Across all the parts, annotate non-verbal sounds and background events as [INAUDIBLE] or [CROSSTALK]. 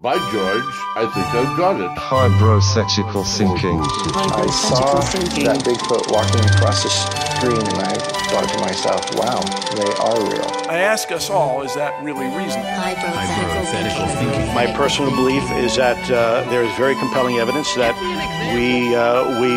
By George, I think I've got it. Hybrosexual sinking. I saw Hypothetical thinking. that Bigfoot walking across the screen and I thought to myself, wow, they are real. I ask us all, is that really reasonable? Hypothetical thinking. My personal belief is that uh, there is very compelling evidence that we uh, we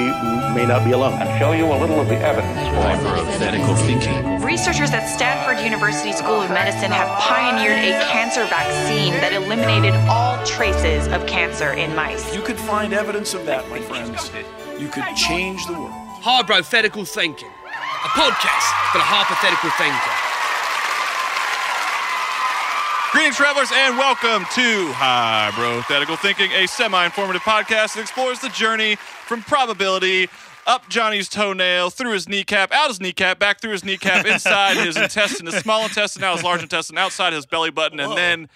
may not be alone. show you a little of the evidence. Hypothetical thinking. Researchers at Stanford University School of Medicine have pioneered a cancer vaccine that eliminated all traces of cancer in mice. You could find evidence of that, my friends. You could change the world. Hypothetical thinking. A podcast for the hypothetical thinker. Greetings, travelers, and welcome to Hypothetical Thinking, a semi-informative podcast that explores the journey from probability up Johnny's toenail, through his kneecap, out his kneecap, back through his [LAUGHS] kneecap, inside his intestine, his small intestine, out his large intestine, outside his belly button, and then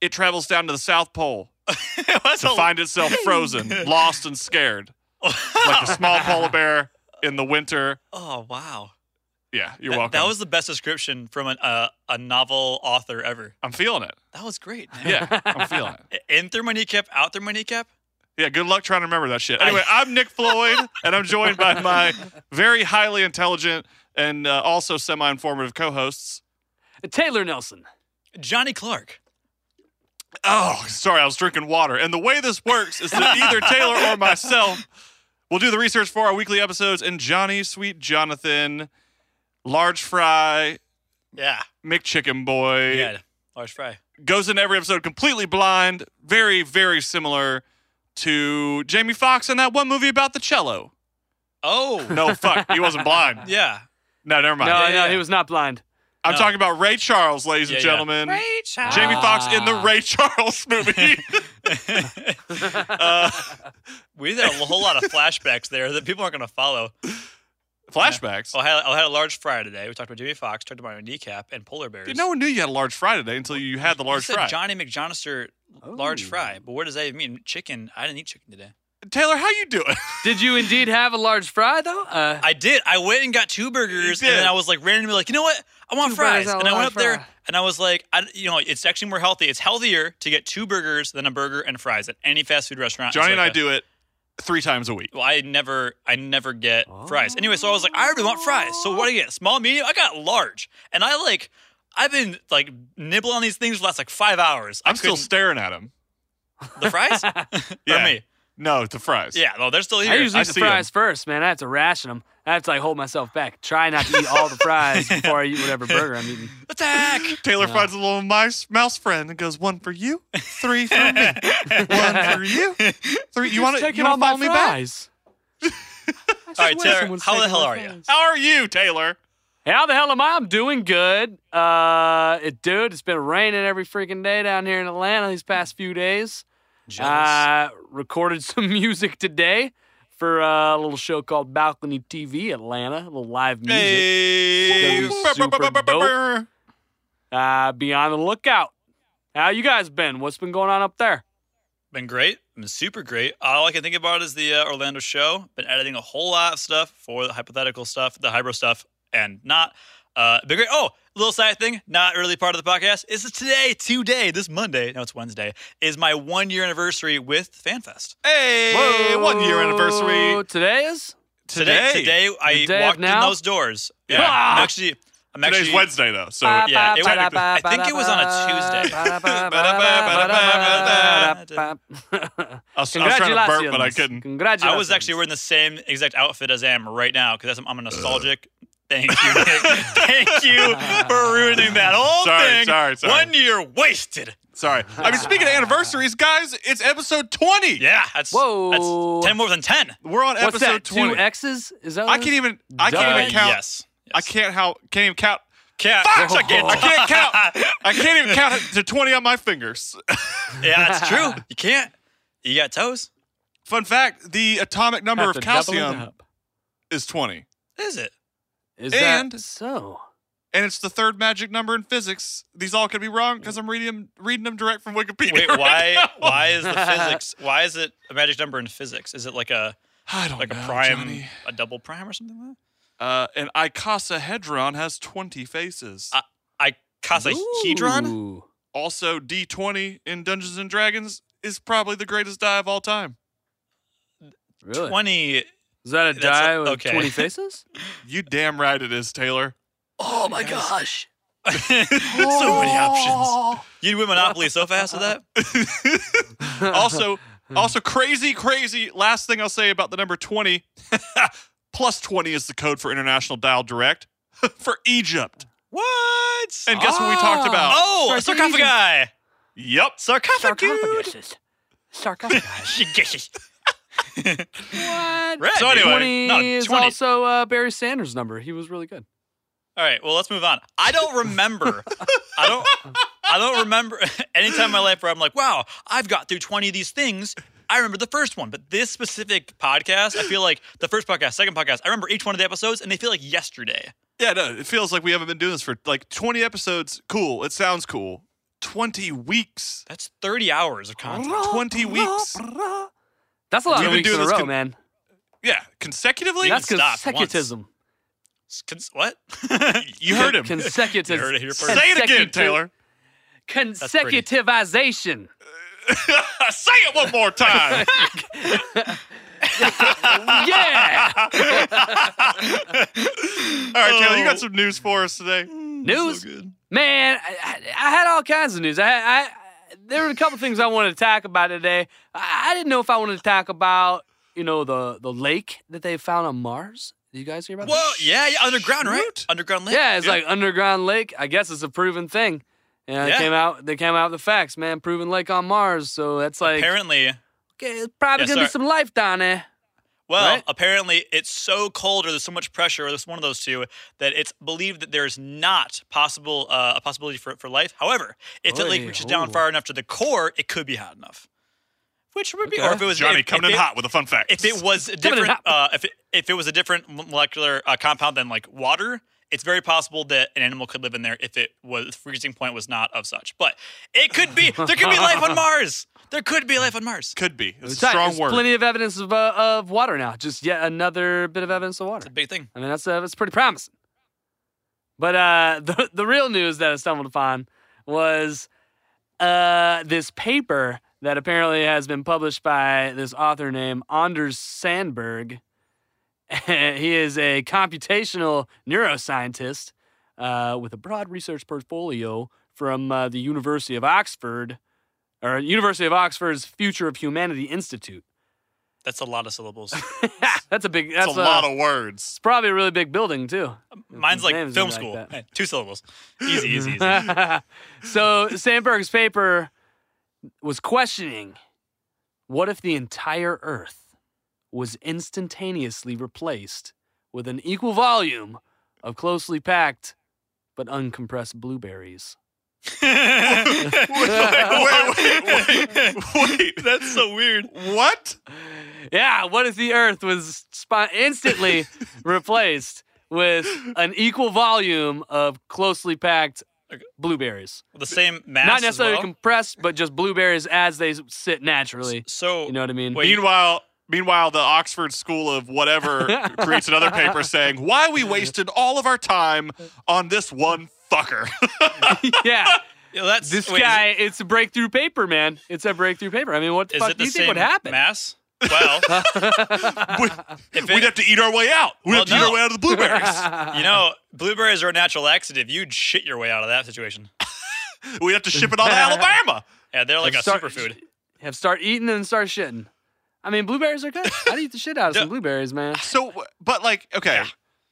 it travels down to the [LAUGHS] South Pole to find itself frozen, lost, and scared, like a small polar bear in the winter. Oh wow! Yeah, you're That- welcome. That was the best description from an, uh, a novel author ever. I'm feeling it. That was great. Man. Yeah, I'm feeling it. In through my kneecap, out through my kneecap. [LAUGHS] Yeah, good luck trying to remember that shit. Anyway, I'm Nick Floyd, and I'm joined by my very highly intelligent and uh, also semi-informative co-hosts. Taylor Nelson. Johnny Clark. Oh, sorry, I was drinking water. And the way this works is that either Taylor or myself will do the research for our weekly episodes, and Johnny, Sweet Jonathan, Large Fry, Yeah. McChicken Boy Yeah. Large fry. goes in every episode completely blind, very, very similar to Jamie Foxx in that one movie about the cello. Oh. [LAUGHS] No, fuck, he wasn't blind. [LAUGHS] Yeah. No, never mind. No, yeah, no, yeah. he was not blind. I'm No. talking about Ray Charles, ladies and Yeah, Ah. yeah. gentlemen. Jamie Foxx in the Ray Charles [LAUGHS] movie. [LAUGHS] uh, We did a whole lot of flashbacks there that people aren't going to follow. flashbacks. So I had, I had a large fry today. We talked about Jimmy Fox, talked about my kneecap, and polar bears. Dude, no one knew you had a large fry today until you had the You large said fry. Johnny McJohnister, large fry. But what does that even mean? Chicken. I didn't eat chicken today. Taylor, how you [LAUGHS] doing? Did you indeed have a large fry, though? Uh, I did. I went and got two burgers, You did. and then I was like randomly like, you know what? I want Two fries, burgers, I and I want went up there fry. and I was like, I, you know, it's actually more healthy. It's healthier to get two burgers than a burger and fries at any fast food restaurant. Johnny It's and I like a- do it three times a week. Well, I never, I never get fries. Anyway, so I was like, I already want fries. So what do I get? Small, medium. I got large, and I like, I've been like nibbling on these things for the last like five hours. I I'm still couldn't- staring [LAUGHS] at him. the [LAUGHS] fries. Yeah. Or me. No, the fries. Yeah. No, they're still here. I usually I eat the see 'em. fries first, man. I have to ration them. I have to like hold myself back. Try not to eat all the [LAUGHS] fries before I eat whatever burger I'm [LAUGHS] eating. attack. Taylor finds a little mice, mouse friend and goes, one for you, three [LAUGHS] for me, one for you, three. You want to Taking you all wanna my follow me back? [LAUGHS] fries. All right, Taylor. someone's How the taking hell my are you? fries. How are you, Taylor? How the hell am I? I'm doing good. Uh, it, dude, it's been raining every freaking day down here in Atlanta these past few days. I recorded [LAUGHS] some music today for uh, a little show called Balcony TV Atlanta, a little live music. Hey. That is super dope. Uh, be on the lookout. How you guys been? What's been going on up there? Been great. Been super great. All I can think about is the uh, Orlando show. Been editing a whole lot of stuff for the hypothetical stuff, the hybrid stuff, and not. Uh, been great. Oh, little side thing, not really part of the podcast. Is today, today, this Monday, no, it's Wednesday, is my one year anniversary with FanFest. Hey, one year Whoa, anniversary today is? today. today, I The day of walked in now? those doors. Yeah. I'm actually, I'm Today's actually, Wednesday though, so yeah, it- Ba-ba-ba-ba-ba-ba. I think it was on a Ba-da-ba-ba-ba-ba-ba. I was, I was trying to burp, but I Congratulations. couldn't. Congratulations. I was actually wearing the same exact outfit as I am right now because I'm, I'm a nostalgic. [LAUGHS] Thank you, Nick. Thank you for ruining that whole Sorry, thing. sorry, sorry. One year wasted. Sorry. I mean, speaking of anniversaries, guys, it's episode 20. Yeah, Ah, that's Whoa. That's ten more than ten. We're on What's episode that? 20. Two X's? Is that? what I it can't is? even. I can't Uh, even count. Yes, yes. I can't how. Can't even count. Cat. Fuck, I can't. [LAUGHS] I can't count. I can't even count to 20 on my fingers. yeah, [LAUGHS] that's true. You can't. You got toes. Fun fact: the atomic number Have to of double it calcium up. is 20, Is it? Is And- that so? and it's the third magic number in physics. These all could be wrong because I'm reading them, reading them direct from Wikipedia. Wait, right why? [LAUGHS] now. Why is the physics? Why is it a magic number in physics? Is it like a I don't like a know, prime, Johnny. a double prime, or something like Uh, an icosahedron has 20 faces. that? I, I Ooh. icosahedron. Also, D20 in Dungeons and Dragons is probably the greatest die of all time. Really? Twenty. Is that a That's a- die with okay. 20 faces? You damn right it is, Taylor. oh my gosh. so many options. You'd win Monopoly so fast [LAUGHS] with that. [LAUGHS] Also, also crazy, crazy. Last thing I'll say about the number 20 [LAUGHS] plus 20 is the code for International Dial Direct [LAUGHS] for Egypt. What? And guess what we talked about? oh, a Ah. Sarcophagus. [LAUGHS] sarcophagi. Yep. Sarcophagus. Sarcophagus. what? Red. So anyway, 20 no, is 20. also uh, Barry Sanders' number. He was really good. All right, well, let's move on. I don't remember. I don't. I don't remember [LAUGHS] any time in my life where I'm like, wow, I've got through 20 of these things. I remember the first one, but this specific podcast, I feel like the first podcast, second podcast, I remember each one of the episodes, and they feel like yesterday. Yeah, no, it feels like we haven't been doing this for like 20 episodes. Cool. It sounds cool. 20 weeks. That's 30 hours of content. 20 weeks. That's a lot We've of been weeks in doing a this row, con- man. Yeah, consecutively. That's stopped once. consecutism. Cons- What? [LAUGHS] [LAUGHS] you heard him. Consecutive. You heard it here first. Say it again, consecutive- Taylor. pretty. Consecutivization. [LAUGHS] Say it one [LAUGHS] more time. yeah. All right, Taylor, Oh. you got some news for us today. News. Man, I, I I had all kinds of news. I, I there were a couple things I wanted to talk about today. I, I didn't know if I wanted to talk about you know the the lake that they found on Mars. Did you guys hear about? Whoa, yeah, yeah, underground, right? Shoot. Underground that? lake. Yeah, it's like underground lake. I guess it's a proven thing. And Yeah. they came out. They came out with the facts, man. Proven lake on Mars. So that's like Apparently, okay, it's probably Yeah, gonna be sorry. some life down there. Well, Right? apparently it's so cold or there's so much pressure or there's one of those two that it's believed that there's not possible uh, a possibility for, for life. However, if the lake Oy, reaches down ooh. far enough to the core, it could be hot enough. Which would be, or Okay. if it was Johnny if, coming if in it, hot with a fun fact. If [LAUGHS] it was a Coming in different, uh, hot. if it, if it was a different molecular uh, compound than like water, it's very possible that an animal could live in there if it was the freezing point was not of such. But it could be. There could be [LAUGHS] life on Mars. There could be life on Mars. could be. It's a There's strong word. Plenty of evidence of, uh, of water now. Just yet another bit of evidence of water. It's a big thing. I mean, that's uh, that's pretty promising. But uh, [LAUGHS] the the real news that I stumbled upon was uh, this paper that apparently has been published by this author named Anders Sandberg. [LAUGHS] he is a computational neuroscientist uh, with a broad research portfolio from uh, the University of Oxford, or University of Oxford's Future of Humanity Institute. That's a lot of syllables. that's a big. That's That's uh, a lot of words. It's probably a really big building too. Mine's like Names are film like school. that. Hey, Two syllables. Easy, easy, [LAUGHS] [LAUGHS] easy. so Sandberg's paper was questioning what if the entire Earth was instantaneously replaced with an equal volume of closely packed but uncompressed blueberries? wait, wait, wait, wait. That's so weird. What? Yeah, what if the Earth was spo- [LAUGHS] instantly replaced with an equal volume of closely packed blueberries? The same mass. not as necessarily well? compressed, but just blueberries as they sit naturally. so You know what I mean? Wait, Meanwhile, meanwhile, the Oxford School [LAUGHS] of whatever creates another paper saying why we wasted all of our time on this one fucker. [LAUGHS] [LAUGHS] yeah. Yeah, that's This wait, is guy, it- it's a breakthrough paper, man. It's a breakthrough paper. I mean, what the Is, fuck do it the you same think would happen? mass? Well, [LAUGHS] we, if would it, have to eat our way out. We'd Well, have to eat no. our way out of [LAUGHS] the blueberries. you know, blueberries are a natural laxative. You'd shit your way out of that situation. We'd have to ship it all to Alabama. Yeah, they're like a Start- superfood. Have start eating and start shitting. I mean, blueberries are good. I'd eat the shit [LAUGHS] out of some blueberries, man. So, but like, okay.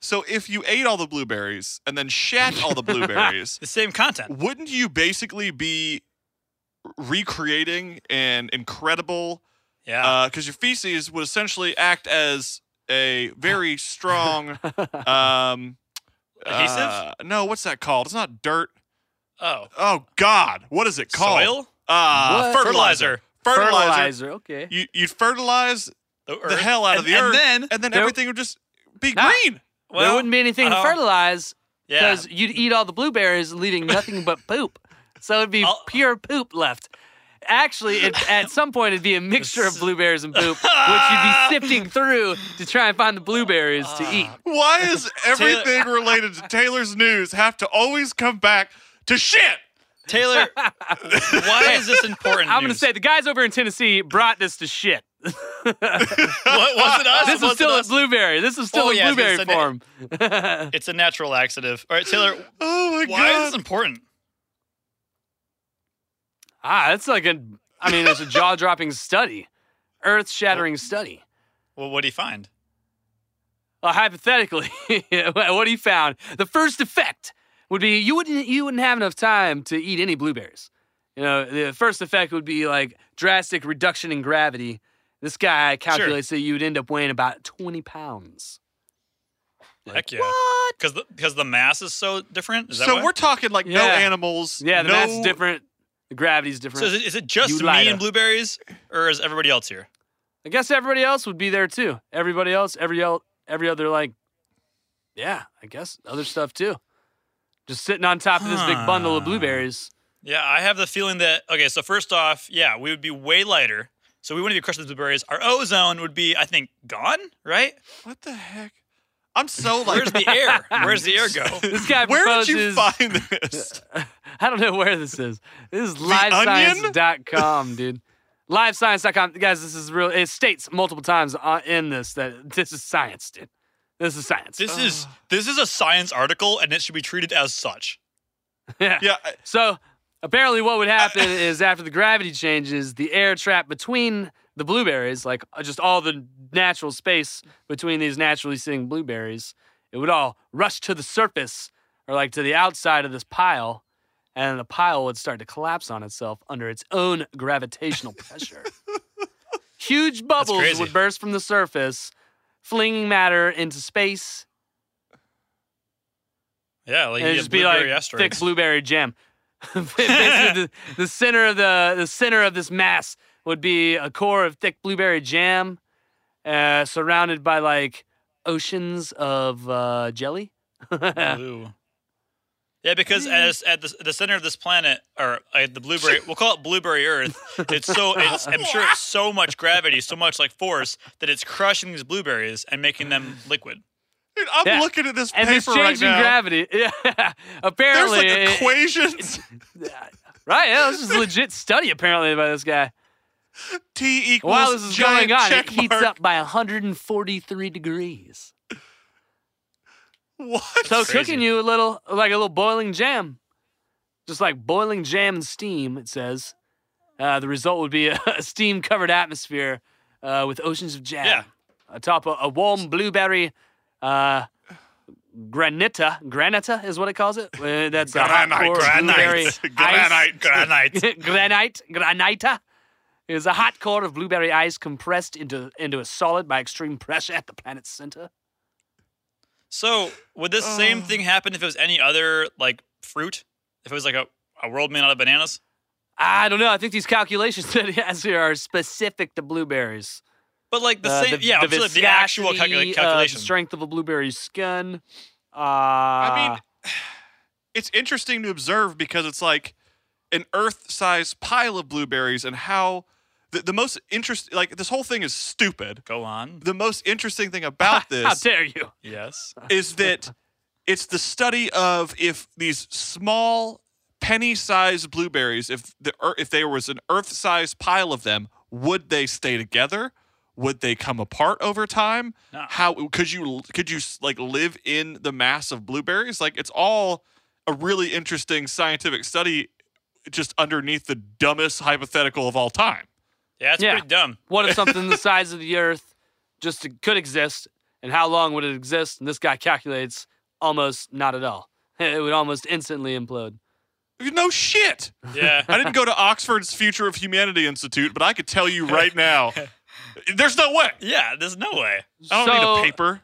So if you ate all the blueberries and then [LAUGHS] shat all the blueberries, The same content. wouldn't you basically be recreating an incredible Yeah. Uh, because your feces would essentially act as a [LAUGHS] very strong um Adhesive? uh, no what's that called it's not dirt oh, oh god what is it called soil, uh What? fertilizer fertilizer, okay. You, you'd fertilize the, the earth, hell out and, of the and earth then and then there- everything would just be Nah. green well, there wouldn't be anything to uh, fertilize yeah. because you'd eat all the blueberries, leaving nothing but poop. So it'd be I'll- pure poop left. Actually, it, [LAUGHS] at some point, it'd be a mixture of blueberries and poop, which you'd be sifting through to try and find the blueberries Ah, to eat. why [LAUGHS] is everything related to taylor's news have to always come back to shit Taylor, [LAUGHS] why is this important? I'm going to news? say the guys over in Tennessee brought this to shit. [LAUGHS] what was it us? This is was it still a us? blueberry. This is still Oh, a yeah, I was gonna blueberry say form. It's a natural laxative. All right, [LAUGHS] Taylor, Oh my why god. is this important? ah, it's like a. I mean, it's a jaw-dropping study, earth-shattering study. Well, what do you find? Well, hypothetically, [LAUGHS] what he found, the first effect would be you wouldn't you wouldn't have enough time to eat any blueberries. You know, the first effect would be like drastic reduction in gravity. This guy calculates that you'd end up weighing about twenty pounds. Heck yeah. Because the, 'cause the mass is so different? Is that so why? we're talking like no Yeah. animals. Yeah, the no, mass is different. The gravity's So different. is it, is it just You me lied and up. blueberries, or is everybody else here? I guess everybody else would be there too. Everybody else, every el- every other like, yeah, I guess other stuff too. Just sitting on top of this big bundle of Huh. blueberries. Yeah, I have the feeling that okay. So first off, yeah, we would be way lighter, so we wouldn't be crushing the blueberries. Our ozone would be, I think, gone. Right? What the heck? I'm so like. [LAUGHS] Where's the [LAUGHS] air? Where's the air go? This [LAUGHS] guy Where did you proposes- find [LAUGHS] this? I don't know where this is. This is Onion? livescience.com, dude. Livescience.com. Guys, this is real. It states multiple times uh, in this that this is science, dude. This is science. This is this is a science article, and it should be treated as such. [LAUGHS] yeah. Yeah, I- So apparently, what would happen is after the gravity changes, the air trapped between the blueberries, like uh, just all the natural space between these naturally sitting blueberries, it would all rush to the surface or like to the outside of this pile, and the pile would start to collapse on itself under its own gravitational pressure. Huge bubbles crazy. would burst from the surface, flinging matter into space Yeah, like and it'd you get just be blueberry like asteroids. thick blueberry jam. [LAUGHS] Basically, the, the center of the the center of this mass would be a core of thick blueberry jam, uh, surrounded by like oceans of uh, jelly. Blue. [LAUGHS] Yeah, because as at the, the center of this planet, or uh, the blueberry, we'll call it blueberry Earth. [LAUGHS] It's so it's, I'm sure it's so much gravity, so much like force that it's crushing these blueberries and making them liquid. dude, I'm Yeah. looking at this and this paper change right in now. gravity, [LAUGHS] yeah, There's apparently, like it- equations. right? Yeah, this is a legit study apparently by this [LAUGHS] guy. [LAUGHS] T equals While this is giant going on, check it heats mark. up by 143 degrees. [LAUGHS] What? So crazy. cooking you a little like a little boiling jam, just like boiling jam and steam. It says uh, the result would be a, [LAUGHS] steam covered atmosphere uh, with oceans of jam Yeah. atop a, a warm blueberry. Uh, Granita, granita is what it calls it. Uh, that's a hot core blueberry ice. [LAUGHS] granite. [LAUGHS] granite, granita is a hot core of blueberry ice compressed into into a solid by extreme pressure at the planet's center. So would this Oh. same thing happen if it was any other like fruit? If it was like a, a world made out of bananas? I don't know. I think these calculations [LAUGHS] that he has here are specific to blueberries. But like the Uh, same, yeah, absolutely, the actual viscosity, calcula- uh, calculation. the strength of a blueberry's skin. Uh, I mean, [SIGHS] it's interesting to observe because it's like an Earth-sized pile of blueberries, and how the, the most interest, like this whole thing is stupid. Go on. The most interesting [LAUGHS] thing about how this dare you? [LAUGHS] Yes. is that it's the study of if these small penny-sized blueberries, if the ear- if there was an Earth-sized pile of them, would they stay together? Would they come apart over time? No. How could you could you like live in the mass of blueberries? Like it's all a really interesting scientific study, just underneath the dumbest hypothetical of all time. Yeah, it's Yeah. pretty dumb. What if something the size of the Earth just could exist, and how long would it exist? And this guy calculates almost not at all. [LAUGHS] It would almost instantly implode. No shit. Yeah. [LAUGHS] I didn't go to Oxford's Future of Humanity Institute, but I could tell you right now, there's no way. yeah, there's no way. I don't need So- a paper.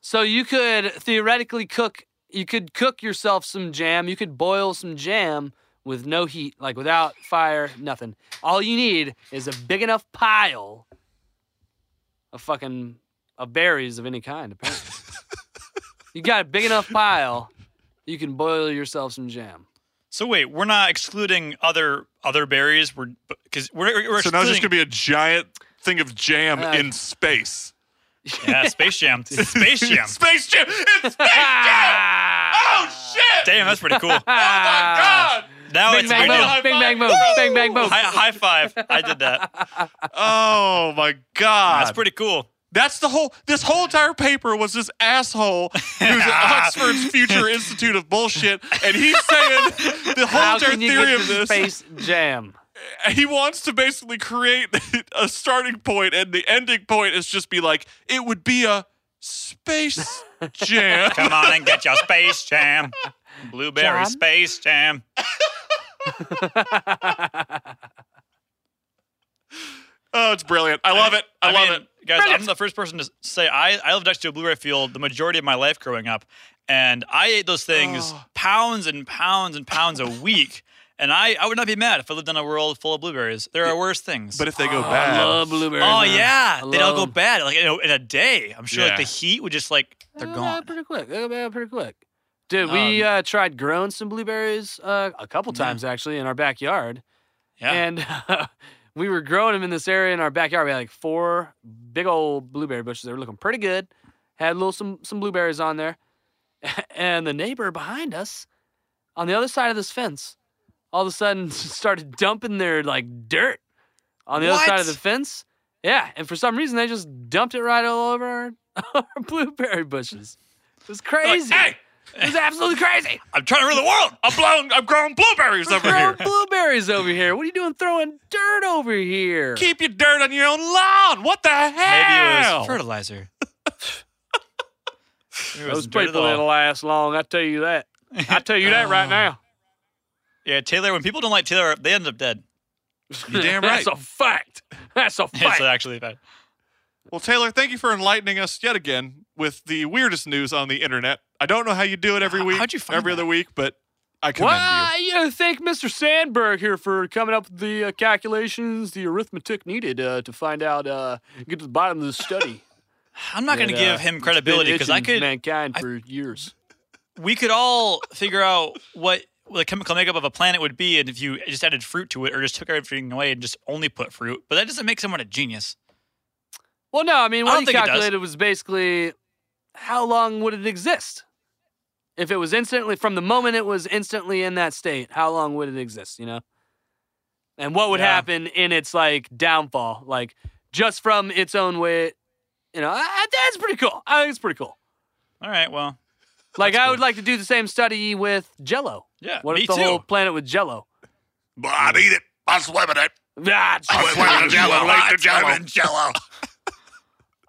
So you could theoretically cook. You could cook yourself some jam. You could boil some jam with no heat, like without fire, nothing. All you need is a big enough pile of fucking of berries of any kind. [LAUGHS] Apparently, you got a big enough pile, you can boil yourself some jam. So wait, we're not excluding other other berries. We're because we're, we're So now excluding there's just gonna be a giant thing of jam Uh, [LAUGHS] in space. [LAUGHS] yeah, Space [LAUGHS] Jam, Space Jam. Space [LAUGHS] Jam. It's Space Jam. oh shit! Damn, that's pretty cool. Oh my god! Now Big it's bang a big deal. boom. Big bang boom. Big bang boom. Hi- high five. I did that. Oh my god. That's pretty cool. That's the whole. This whole entire paper was this asshole [LAUGHS] who's at Oxford's Future Institute of Bullshit, and he's [LAUGHS] saying the whole How entire can you theory get of to this. Space Jam? He wants to basically create [LAUGHS] a starting point, and the ending point is just be like it would be a [LAUGHS] space jam. Come on and get your space jam. Blueberry Jam? space jam. Oh, it's brilliant. I love it. I, love mean, it. Guys, I'm the first person to say I, I lived next to a blueberry field the majority of my life growing up. And I ate those things Oh. pounds and pounds and pounds a week. And I, I would not be mad if I lived in a world full of blueberries. There are worse things. But if they go I bad, love blueberry. oh, man. yeah. I They'd all go love- bad like in a, in a day. I'm sure Yeah. like the heat would just like, They they're go gone. bad pretty quick. They go bad pretty quick. Dude, we uh, tried growing some blueberries uh, a couple times actually in our backyard, Yeah. and [LAUGHS] we were growing them in this area in our backyard. We had like four big old blueberry bushes. They were looking pretty good. Had little some some blueberries on there, [LAUGHS] and the neighbor behind us, on the other side of this fence, all of a sudden [LAUGHS] started dumping their like dirt on the other side of the What? fence. Yeah, and for some reason they just dumped it right all over our, [LAUGHS] our blueberry bushes. It was crazy. It was absolutely crazy. I'm trying to rule the world. I'm blowing. I'm growing blueberries over Throwing here. blueberries over here. What are you doing throwing dirt over here? Keep your dirt on your own lawn. What the Maybe [LAUGHS] hell? it was fertilizer. Maybe it Those wasn't dirt at people all. that'll last long, I tell you that. I tell you that right [LAUGHS] now. Yeah, Taylor. When people don't like Taylor, they end up dead. [LAUGHS] You're damn [LAUGHS] right. That's a fact. That's a It's fact. actually bad. Well, Taylor, thank you for enlightening us yet again with the weirdest news on the internet. I don't know how you do it every How- week, how'd you find every that? other week, but I commend Well, you know, thank Mr. Sandberg here for coming up with the uh, calculations, the arithmetic needed uh, to find out, uh, get to the bottom of this study. [LAUGHS] I'm not going to that, uh, give him credibility it's because been I itching could. mankind for years. We could all figure out what the chemical makeup of a planet would be, and if you just added fruit to it, or just took everything away and just only put fruit. But that doesn't make someone a genius. Well, no, I mean, I what don't he think it does. calculated was basically how long would it exist? If it was instantly, from the moment it was instantly in that state, how long would it exist, you know? And what would Yeah. happen in its, like, downfall? Like, just from its own way, you know, I, I- that's pretty cool. I think it's pretty cool. All right. Well, Like, I would like to do the same study with Jello. Yeah, What me if the too. whole planet with Jello? you. Well, I'd eat it. I swim in it. [LAUGHS] Ah, I swim in jello. I swim in [LAUGHS] jello.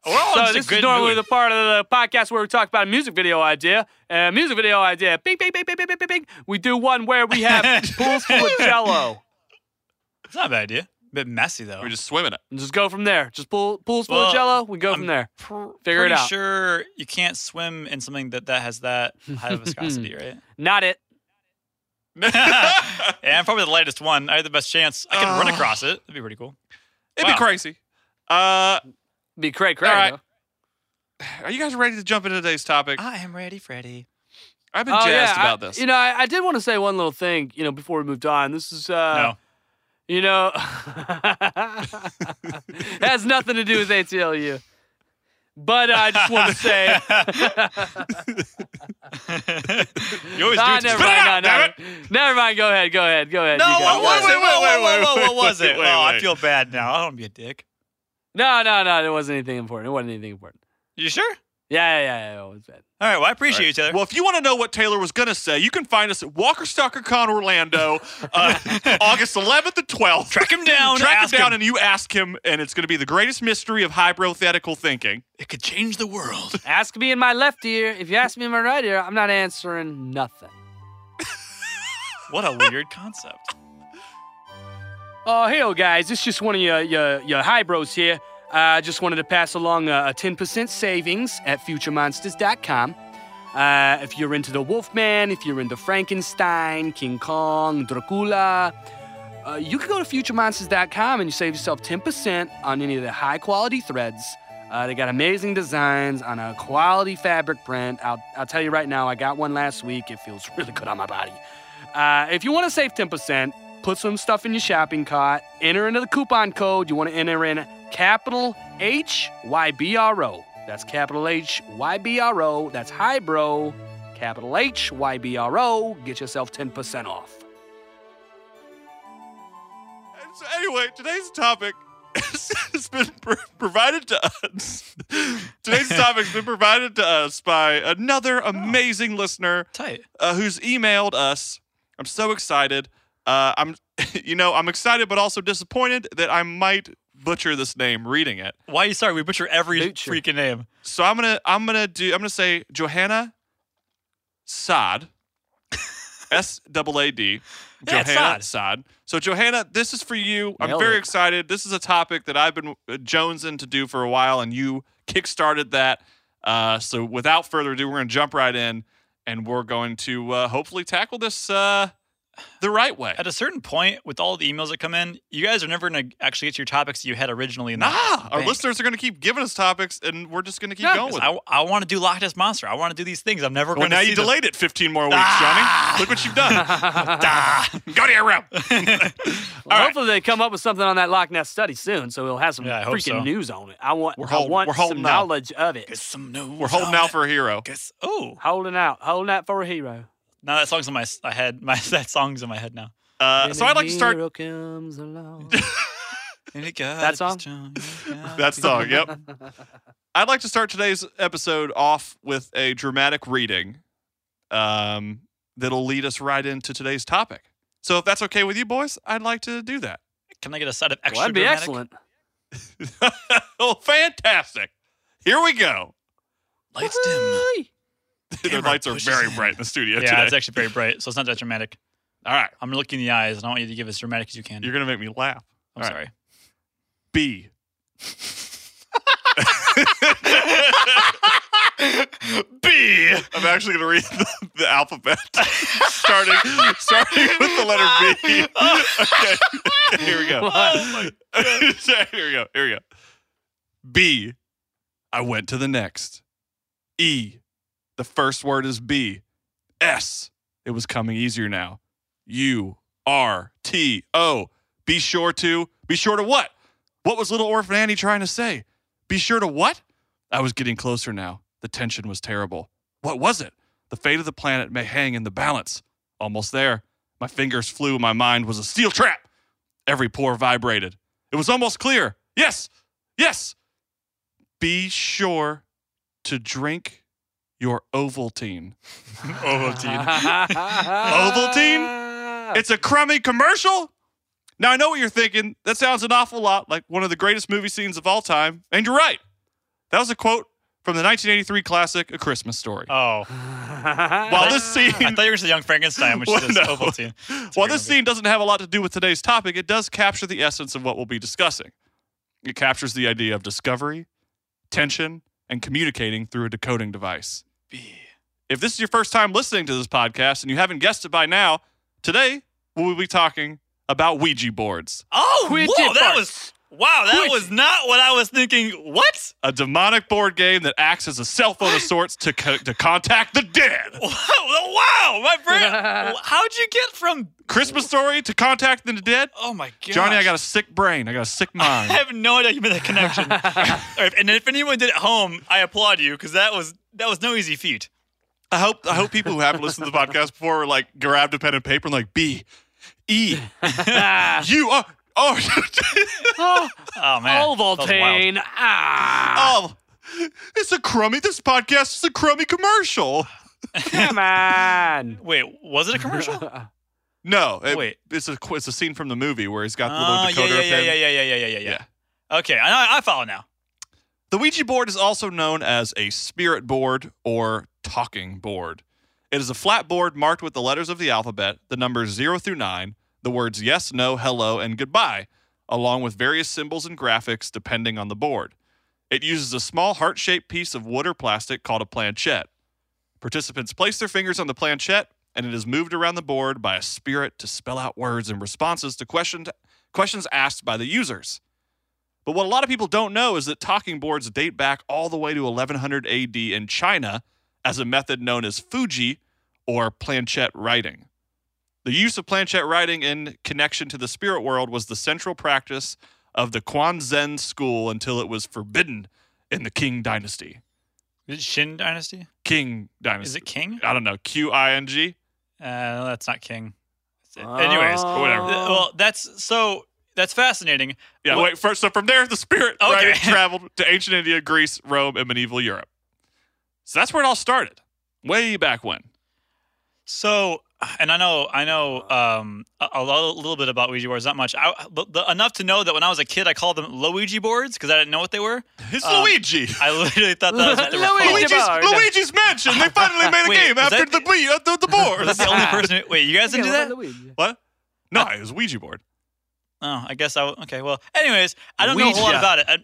we're all in So just a this is good normally mood. the part of the podcast where we talk about a music video idea. Uh, music video idea. Bing, bing, bing, bing, bing, bing, bing, bing. We do one where we [LAUGHS] have pools full of jello. It's not a bad idea. A bit messy though. We're just swimming it. And just go from there. Just pull pools full Well, of jello. We go I'm from there. pr- figure it pretty out. Sure, you can't swim in something that that has that high of viscosity, right? [LAUGHS] Not it. Yeah, I'm probably the lightest one. I had the best chance. I could run Ugh. across it. That'd be pretty cool. It'd Wow. be crazy. Uh, Be cray cray. All right. though. are you guys ready to jump into today's topic? I am ready, Freddy. I've been Oh, jazzed yeah, about I- this. You know, I, I did want to say one little thing. You know, before we moved on, this is. Uh, no. You know, [LAUGHS] has nothing to do with ATLU. But uh, I just want to [LAUGHS] say. You always Ah, do never it. to- Spit it mind. No, out, damn never, never mind. Go ahead. Go ahead. Go ahead. [LAUGHS] No, you what got it. was it? Wait, Wait, wait, wait, wait, wait, What was wait, it? wait, Oh, I wait. feel bad now. I don't wanna be a dick. No, no, no. It wasn't anything important. It wasn't anything important. You sure? Yeah, yeah, yeah. yeah it was bad. All right. Well, I appreciate you, Taylor. Well, if you want to know what Taylor was going to say, you can find us at Walker Stalker Con Orlando uh, August 11th and 12th. Track him down, Track ask him down, him. and you ask him, and it's going to be the greatest mystery of hypothetical thinking. it could change the world. Ask me in my left ear. If you ask me in my right ear, I'm not answering nothing. What a weird concept. Oh, hello, guys. It's just one of your your, your high bros here. Uh, I just wanted to pass along a, a 10% savings at futuremonsters.com. Uh, if you're into the Wolfman, if you're into Frankenstein, King Kong, Dracula, uh, you can go to futuremonsters.com and you save yourself 10% on any of the high quality threads. Uh, they got amazing designs on a quality fabric print. I'll, I'll tell you right now, I got one last week. It feels [LAUGHS] really good on my body. Uh, if you want to save 10%, put some stuff in your shopping cart, enter into the coupon code. You want to enter in capital H Y B R O. That's capital H Y B R O. That's high bro. Capital H Y B R O. Get yourself 10% off. [LAUGHS] So anyway, today's topic [LAUGHS] has been pro- provided to us. Today's topic's been provided to us by another amazing listener Tight. uh, who's emailed us. I'm so excited. Uh, I'm, [LAUGHS] you know, I'm excited but also disappointed that I might butcher this name reading it. Why you sorry? We butcher every Butcher. freaking name. So I'm gonna I'm gonna do I'm gonna say Johanna [LAUGHS] Sod. S double A D. Yeah, it's Johanna Sod. So Johanna, this is for you. I'm Nailed very it. excited. This is a topic that I've been uh, jonesing to do for a while, and you kickstarted that. Uh, so without further ado, we're gonna jump right in, and we're going to uh, hopefully tackle this uh, the right way. At a certain point, with all the emails that come in, you guys are never gonna actually get to your topics you had originally in the Nah, ah, our bank. listeners are gonna keep giving us topics, and we're just gonna keep Yeah, going with it. I, I want to do Loch Ness Monster. I want to do these things. I'm never going Well, to now see you delayed it 15 more weeks, Ah! Johnny. Look what you've [LAUGHS] done. Go to your [LAUGHS] room. Well, hopefully they come up with something on that Loch Ness study soon, so we'll have some Yeah, I hope freaking so. news on it. I want, We're I holding- want we're holding some out. knowledge of it. Get some news. We're holding on out it. for a hero. Guess- oh, Holding out, holding out for a hero. now that song's in my s- I had my [LAUGHS] that song's in my head now. Uh, When so a I'd like to start hero comes [LAUGHS] along. And it got That song? strong. [LAUGHS] that song. Yep. I'd like to start today's episode off with a dramatic reading um, that'll lead us right into today's topic. So if that's okay with you, boys, I'd like to do that. [LAUGHS] Can I get a side of extra? Well, that'd be dramatic? excellent. oh, fantastic. Here we go. [LAUGHS] Lights dim. Whee! The Camera lights are pushes very in. bright in the studio Yeah, today. it's actually very bright, so it's not that dramatic. All right. I'm looking in the eyes, and I want you to give as dramatic as you can. You're going to make me laugh. I'm all right. sorry. B. [LAUGHS] B. I'm actually going to read the, the alphabet, [LAUGHS] starting starting with the letter B. [LAUGHS] Okay, here we [LAUGHS] go. Oh Sorry, [LAUGHS] here we go. Here we go. B. I went to the next. E. The first word is B. S. It was coming easier now. U R T O. Be sure to. Be sure to what? What was little orphan Annie trying to say? Be sure to what? I was getting closer now. The tension was terrible. What was it? The fate of the planet may hang in the balance. Almost there. My fingers flew. My mind was a steel trap. Every pore vibrated. It was almost clear. Yes. Yes. Be sure to drink your Ovaltine. [LAUGHS] Ovaltine. [LAUGHS] [LAUGHS] Ovaltine? It's a crummy commercial? Now, I know what you're thinking. That sounds an awful lot like one of the greatest movie scenes of all time. And you're right. That was a quote from the 1983 classic, A Christmas Story. Oh, while [LAUGHS] this scene, [LAUGHS] I thought you were just a young Frankenstein, which Well, is no. Ovaltine. while great this movie. scene doesn't have a lot to do with today's topic, it does capture the essence of what we'll be discussing. It captures the idea of discovery, tension, and communicating through a decoding device. If this is your first time listening to this podcast and you haven't guessed it by now, today we'll be talking about Ouija boards, Oh, Quit whoa, it, that Bart. [GASPS] was wow, that Quit was not what I was thinking. What? a demonic board game that acts as a cell phone [GASPS] of sorts to, co- to contact the dead. Wow, [LAUGHS] wow, my brain. How'd you get from? Christmas story to contact the dead? Oh my god, Johnny, [LAUGHS] I got a sick brain. I got a [LAUGHS] sick I mind. have no idea you made that connection. All right, and if anyone did at home, I applaud you because that was that was no easy feat. I hope I hope people who haven't listened to the podcast before like grabbed a pen and paper and like B [LAUGHS] E U R oh [LAUGHS] Oh man, that was wild. Ovaltine. Ah, oh it's a crummy this podcast is a crummy commercial. come on. Wait, was it a Oh. [LAUGHS] [LAUGHS] commercial? oh No, it- Wait. it's a qu- it's a scene from the movie where he's got the Ah, yeah, little decoder yeah, up yeah, there. yeah, yeah, yeah, yeah, yeah, yeah. Yeah. Okay, I, I follow now. The Ouija board is also known as a spirit board or talking board. It is a flat board marked with the letters of the alphabet, the numbers 0 through 9, the words yes, no, hello, and goodbye, along with various symbols and graphics depending on the board. It uses a small heart shaped piece of wood or plastic called a planchette. Participants place their fingers on the planchette, and it is moved around the board by a spirit to spell out words and responses to questions, questions asked by the users. But what a lot of people don't know is that talking boards date back all the way to 1100 AD in China as a method known as Fuji or planchette writing. The use of planchette writing in connection to the spirit world was the central practice of the Quan Zen school until it was forbidden in the Qing dynasty. Is it Shin Dynasty? Qing dynasty. Is it King? I don't know. Q I N G. Uh, no, that's not King. Anyways, Oh. Th- Well, that's so. that's fascinating. Yeah, What- wait. First, so from there, the spirit Okay. [LAUGHS] writing traveled to ancient India, Greece, Rome, and medieval Europe. So that's where it all started, way back when. So, and I know, I know Uh-huh. um, a, a lo- little bit about Ouija boards, not much, I, but the, enough to know that when I was a kid, I called them Luigi boards because I didn't know what they were. It's Um, Luigi. I [LAUGHS] literally thought that was what they were Luigi called. Luigi's, Jabard. Luigi's Mansion. They finally made a Wait, game was after that- the, Wii- uh, the the board. Was that the only person? Who, wait, you guys didn't [LAUGHS] do that? [LAUGHS] what? No, it was Ouija board. Oh, I guess I. w- Okay, well, anyways, I don't know a whole lot Ouija. about it. I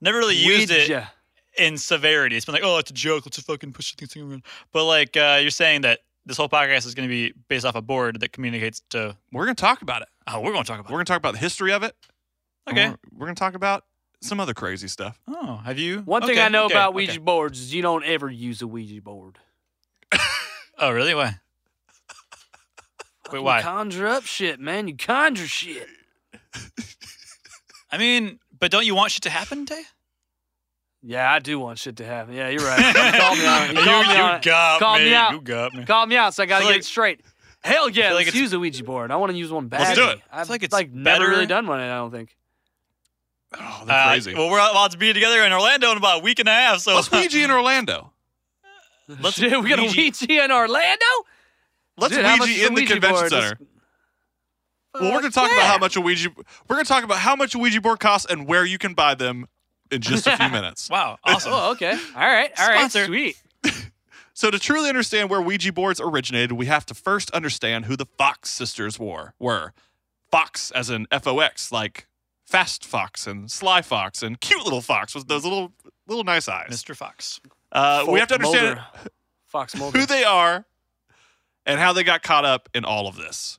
never really used it Ouija. in severity. It's been like, oh, it's a joke. Let's just fucking push the thing around. But like, uh, you're saying that this whole podcast is going to be based off a board that communicates to. We're gonna talk about it. Oh, we're going to talk about. We're gonna talk about the history of it. it. and Okay. We're, we're gonna talk about some other crazy stuff. Oh, have you? One thing Okay, I know okay, about okay. Ouija boards is you don't ever use a Ouija board. Oh, [LAUGHS] really? Why? Wait, You why? conjure up shit, man. You conjure shit. I mean, but don't you want shit to happen, Tay? Yeah, I do want shit to happen. Yeah, [LAUGHS] you're right. You called me on it. You called me on it. got Call me me. out. You got me. Call me out, so I gotta Feel get like- it straight. Hell yeah, feel like let's it's- use a Ouija board. I want to use one badly. Let's do it. I've like it's like never really better. done one. I don't think. Oh, they're Uh, crazy. well, we're about to be together in Orlando in about a week and a half, so Let's Ouija in Orlando. [LAUGHS] Let's Shit, we got a Ouija. Ouija in [LAUGHS] Orlando. Let's Dude, how much is Ouija a in the Ouija convention board? center. Well, we're Fuck gonna talk about yeah. how much a Ouija. We're gonna talk about how much a Ouija board costs and where you can buy them in [LAUGHS] just a few [LAUGHS] minutes. wow, [LAUGHS] awesome. Oh, okay. All right. All right. Sponsor. Sweet. So to truly understand where Ouija boards originated, we have to first understand who the Fox sisters were. Were Fox as in F O X, like Fast Fox and Sly Fox and cute little fox with those little little nice eyes. Mr. Fox. Uh, Fo- we have to understand Mulder. [LAUGHS] Fox Mulder. who they are and how they got caught up in all of this.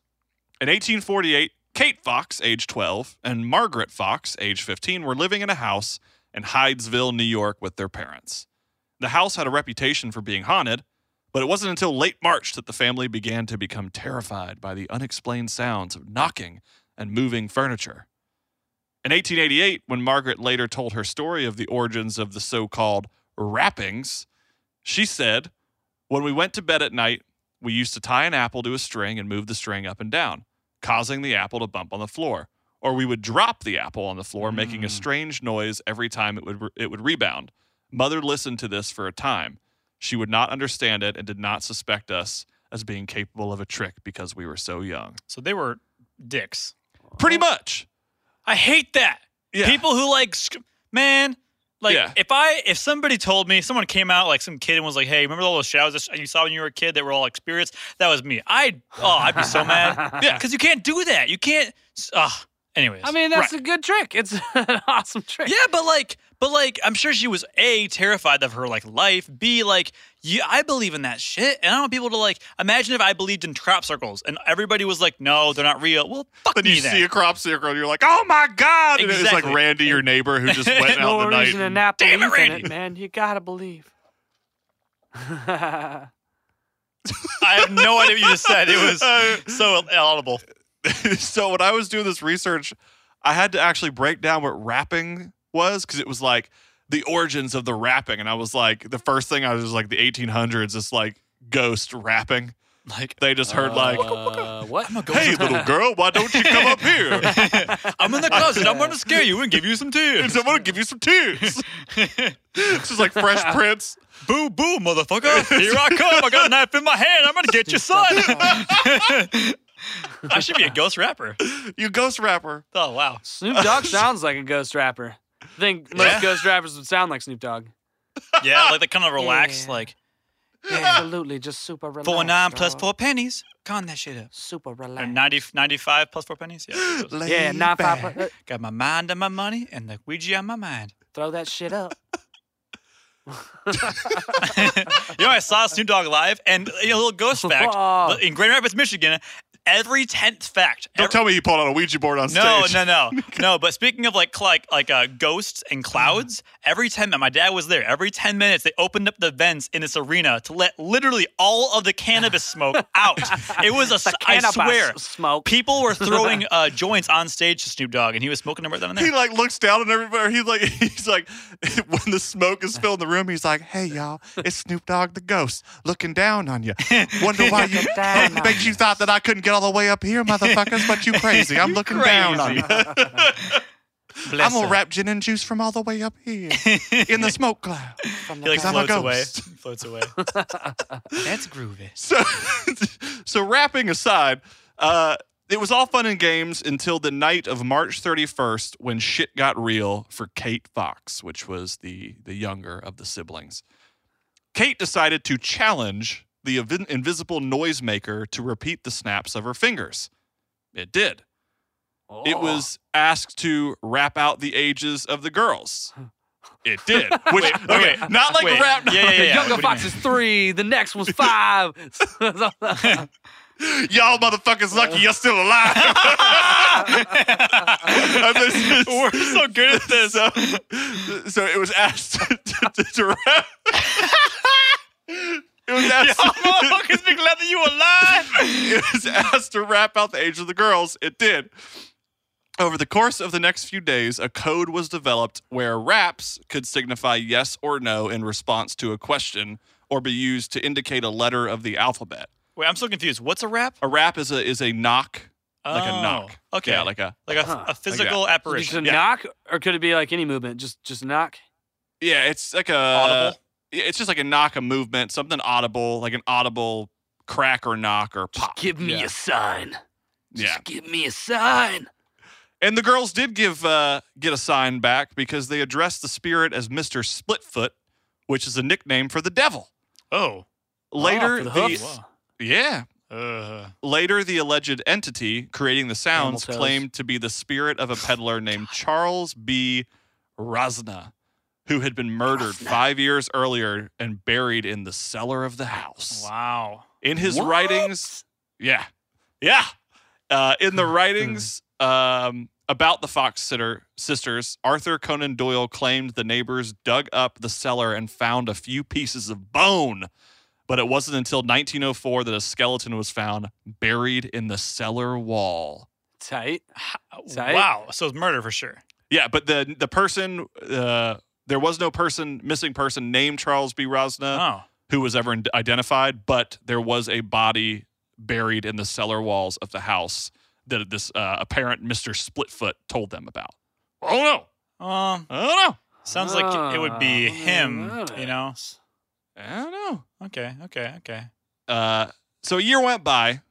In 1848, Kate Fox, age 12, and Margaret Fox, age 15, were living in a house in Hydesville, New York, with their parents. The house had a reputation for being haunted, but it wasn't until late March that the family began to become terrified by the unexplained sounds of knocking and moving furniture. In 1888, when Margaret later told her story of the origins of the so called wrappings, she said, when we went to bed at night, we used to tie an apple to a string and move the string up and down, causing the apple to bump on the floor. Or we would drop the apple on the floor, Mm. making a strange noise every time it would it would rebound. Mother listened to this for a time. She would not understand it and did not suspect us as being capable of a trick because we were so young. So they were dicks. Pretty much. I hate that. Yeah. People who like, sc- man, like Yeah. if I if somebody told me, someone came out like some kid and was like, hey, remember all those shadows that sh- you saw when you were a kid that were all experienced? That was me. I oh, I'd be so mad. Yeah. because you can't do that. You can't. Uh, anyways, I mean, that's a good trick. It's [LAUGHS] an awesome [LAUGHS] trick. Yeah, but like, but like, I'm sure she was a terrified of her like life. B like, you, I believe in that shit, and I want people to like imagine if I believed in crop circles, and everybody was like, no, they're not real. Well, fuck Then me you then. see a crop circle and you're like, oh my God. And it's like Exactly. Randy, your neighbor, who just went No out in the night. reason to and- not Damn it, believe in Randy. it, man. You gotta believe. [LAUGHS] I have no idea what you just said. It [LAUGHS] was Uh, so audible. [LAUGHS] so when I was doing this research, I had to actually break down what rapping was because it was like the origins of the rapping, and I was like, the first thing I was just like the 1800s, it's like ghost rapping. Like, They just heard like, Oh. Uh, what? "Hey, little girl, why don't you come up here? [LAUGHS] I'm in the closet. I'm going to scare you and give you some tears. I'm gonna give you some tears." It's [LAUGHS] just like Fresh Prince. [LAUGHS] boo, boo, motherfucker! Here I come. I got a knife in my hand. I'm going to get your [LAUGHS] son. [LAUGHS] I should be a ghost rapper. You ghost rapper. Oh wow. Snoop Dogg sounds like a ghost rapper. I [LAUGHS] think most Yeah. ghost rappers would sound like Snoop Dogg. Yeah, like the kind of relaxed, Yeah. like Absolutely, just super relaxed. four nine plus dog. four pennies. Con that shit up. Super Or relaxed. 90, 95 plus four pennies. Yeah. those. yeah, nine five. plus- uh, [GASPS] Got my mind on my money and the Ouija on my mind. Throw that shit up. [LAUGHS] you know, I saw Snoop Dogg live and you know, a little ghost [LAUGHS] fact Wow. in Grand Rapids, Michigan. Every tenth fact. Don't every- tell me you pulled out a Ouija board on stage. no, no, [LAUGHS] no, no. But speaking of like cl- like like uh, ghosts and clouds, Uh-huh. every ten minutes, my dad was there. Every ten minutes, they opened up the vents in this arena to let literally all of the cannabis [LAUGHS] smoke out. It was a s- I Cannabis swear, Smoke. people [LAUGHS] were throwing uh, joints on stage to Snoop Dogg, and he was smoking them right then and [LAUGHS] He there. like looks down at everybody. He's like, [LAUGHS] he's like, when the smoke is filling the room, he's like, "Hey y'all, [LAUGHS] it's Snoop Dogg the Ghost looking down on you. Wonder why you Down on bet you thought that I couldn't go all the way up here, motherfuckers, but [LAUGHS] you crazy. I'm looking down [LAUGHS] on you. I'm Bless gonna her. wrap gin and juice from all the way up [LAUGHS] here in the smoke cloud. He like 'Cause I'm a floats away. [LAUGHS] ghost. floats [LAUGHS] away. That's [LAUGHS] groovy. So, [LAUGHS] so rapping aside, uh, it was all fun and games until the night of March 31st when shit got real for Kate Fox, which was the the younger of the siblings. Kate decided to challenge the invi- invisible noisemaker to repeat the snaps of her fingers. It did. It Oh. was asked to rap out the ages of [LAUGHS] the girls. It did. Which, okay, not like Wait. rap. Yeah, yeah, The yeah. younger What do you Fox mean? is three. The next was five. [LAUGHS] [LAUGHS] Y'all motherfuckers lucky you're still [LAUGHS] alive. We're so good at [LAUGHS] this. [LAUGHS] So, [LAUGHS] so it was asked to, [LAUGHS] to, to rap. It was, asked, Motherfuckers be glad that you alive. [LAUGHS] it was asked to rap out the age of the girls. It did. Over the course of the next few days, a code was developed where raps could signify yes or no in response to a question or be used to indicate a letter of the alphabet. Wait, I'm so confused. What's a rap? A rap is a is a knock, like a Oh, knock. Okay. Yeah, like a like a, Huh. a physical just a apparition. knock, or could it be like any movement? Just just knock. yeah, it's like a Audible. yeah, It's just like a knock, a movement, something audible, like an audible crack or knock or pop. Give me yeah. a sign. Just yeah. give me a sign. And the girls did give uh, get a sign back because they addressed the spirit as Mister Splitfoot, which is a nickname for the devil. Oh. oh, Later, for the the- hoofs. yeah. Uh, Later, the alleged entity creating the sounds Animal toes. Oh, claimed to be the spirit [LAUGHS] of a peddler named Charles B. Rosna, who had been murdered five years earlier and buried in the cellar of the house. wow. In his What? writings, yeah, yeah, uh, in the writings um, about the Fox sitter, sisters, Arthur Conan Doyle claimed the neighbors dug up the cellar and found a few pieces of bone. But it wasn't until 1904 that a skeleton was found buried in the cellar wall. Tight. Tight. Uh, Wow. So it's murder for sure. Yeah, but the the person uh, there was no person missing person named Charles B. Rosna. Oh. who was ever ind- identified, but there was a body buried in the cellar walls of the house that this uh, apparent Mr. Splitfoot told them about. Oh no! Um, I don't know. sounds uh, like it would be Oh, him, you know? I don't know. Okay, okay, okay. Uh, so a year went by,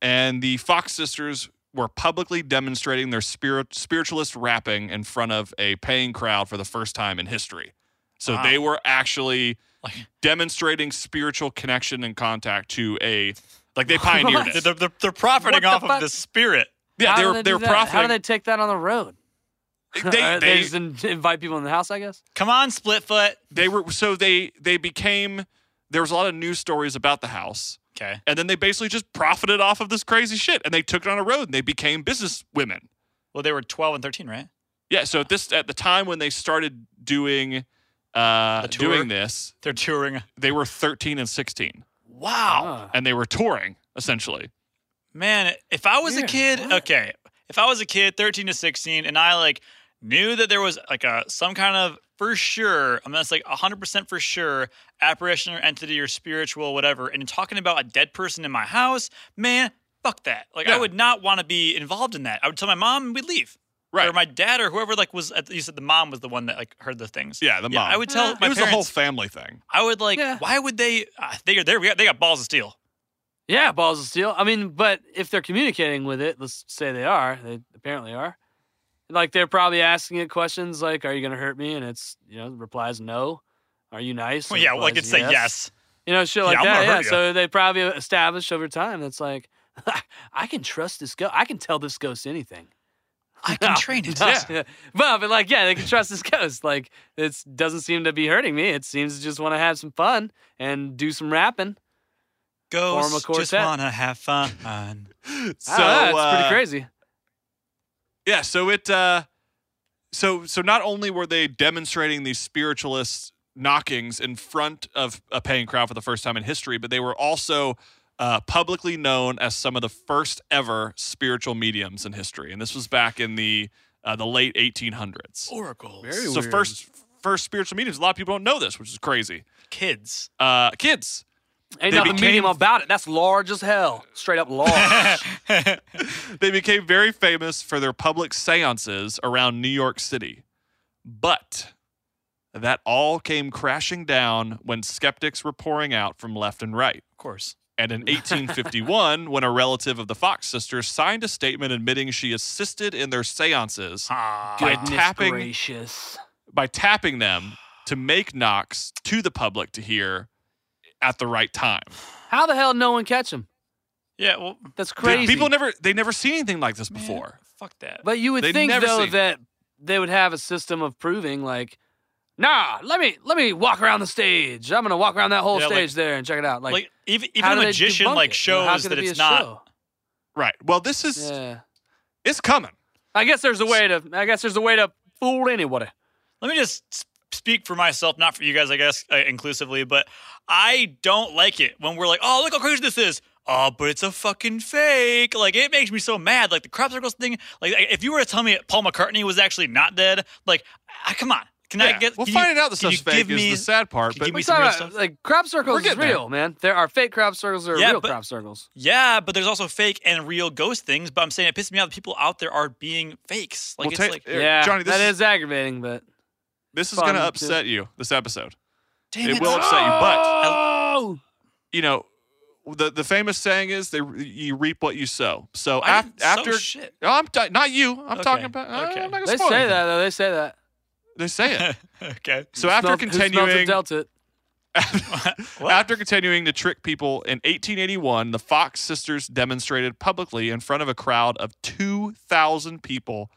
and the Fox sisters were publicly demonstrating their spirit spiritualist rapping in front of a paying crowd for the first time in history. So Wow. they were actually Like- demonstrating spiritual connection and contact to a [LAUGHS] like they pioneered it. They're, they're, they're profiting What the off fuck? of the spirit. Yeah, How they do were they they do were that? How do profiting. they take that on the road? [LAUGHS] They [LAUGHS] they, Uh, just in- invite people in the house, I guess. Come on, Splitfoot. they were so they they became there was a lot of news stories about the house, Okay. and then they basically just profited off of this crazy shit, and they took it on a road, and they became business women. Well, they were 12 and 13, right? Yeah, so at this at the time when they started doing uh The tour? doing this, They're touring. they were thirteen and sixteen, Oh. Wow. Huh. and they were touring essentially. Man, if I was Yeah, a kid, what? okay, if I was a kid, thirteen to sixteen, and I like knew that there was like a some kind of for sure, I mean that's like hundred percent for sure, apparition or entity or spiritual whatever, and talking about a dead person in my house, man, fuck that. Like Yeah. I would not want to be involved in that. I would tell my mom and we'd leave. Right. Or my dad or whoever like was at, you said the mom was the one that like heard the things. Yeah, the mom. I would tell Yeah. my it was a parents. whole [LAUGHS] family thing. I would like. Yeah. Why would they? Uh, they are there. We got, they got balls of steel. Yeah, balls of steel. I mean, but if they're communicating with it, let's say they are. They apparently are. Like they're probably asking it questions like, "Are you going to hurt me?" And it's you know replies no. Are you nice? Well, It [LAUGHS] yeah, like replies it's say yes. You know, shit like I'm that. gonna Yeah. hurt ya. So they probably established over time that's like, [LAUGHS] I can trust this ghost. I can tell this ghost anything. I [LAUGHS] can train [LAUGHS] it. Yeah. [LAUGHS] Well, but like, yeah, they can trust this ghost. Like, it doesn't seem to be hurting me. It seems to just want to have some fun and do some rapping. Form a Ghosts just quartet. want to have fun. So I don't know, it's uh, Ah, pretty crazy. Yeah, so it uh so so not only were they demonstrating these spiritualist knockings in front of a paying crowd for the first time in history, but they were also uh, publicly known as some of the first ever spiritual mediums in history. And this was back in the uh, the late 1800s. Oracles. Oh, Very so weird. first first spiritual mediums, a lot of people don't know this, which is crazy. Kids. Uh, kids Ain't They nothing medium became- about it. That's large as hell. Straight up large. [LAUGHS] they became very famous for their public seances around New York City. But that all came crashing down when skeptics were pouring out from left and right. Of course. And [LAUGHS] in 1851, when a relative of the Fox sisters signed a statement admitting she assisted in their seances by Goodness tapping gracious. by tapping them to make knocks to the public to hear at the right time. How the hell no one catch him? Yeah, well, That's They- crazy. People never they never see anything like this man, before. fuck that. But you would They've think never though seen- that they would have a system of proving like, nah, let me let me walk around the stage. I'm gonna walk around that whole Yeah, like- stage there and check it out. Like, like, even, how even a do they magician debunk like it? You know, how shows could that it be it's a not. show? Right. Well, this is Yeah. it's coming. I guess there's a way to. I guess there's a way to fool anybody. Let me just s- speak for myself, not for you guys, I guess, uh, inclusively, but I don't like it when we're like, oh, look how crazy this is. Oh, but it's a fucking fake. Like, it makes me so mad. Like, the crop circles thing, like, I- if you were to tell me Paul McCartney was actually not dead, like, I, come on. Can I Yeah. get. well, can you- finding out this can is you fake give me- is the sad part, can but you give me We're some talking real about, stuff. like crop We're circles is getting there. real, man. There are fake crop circles. There are Yeah, real but- crop circles. Yeah, but there's also fake and real ghost things. But I'm saying it pisses me off that people out there are being fakes. Like Well, it's take- like, Here, yeah, Johnny, this that is- is aggravating, but this is fun going to to- upset you this episode. damn it will upset you, but oh, you know, the the famous saying is they you reap what you sow. So I af- didn't sow after shit. No, I'm ta- not you. I'm Okay, talking about. I- okay. I'm not gonna they spoil say anything. that though. They say that. They say [LAUGHS] it. okay. So after Smelt- who smelt it, continuing dealt it. What? After continuing to trick people in 1881, the Fox sisters demonstrated publicly in front of a crowd of 2,000 people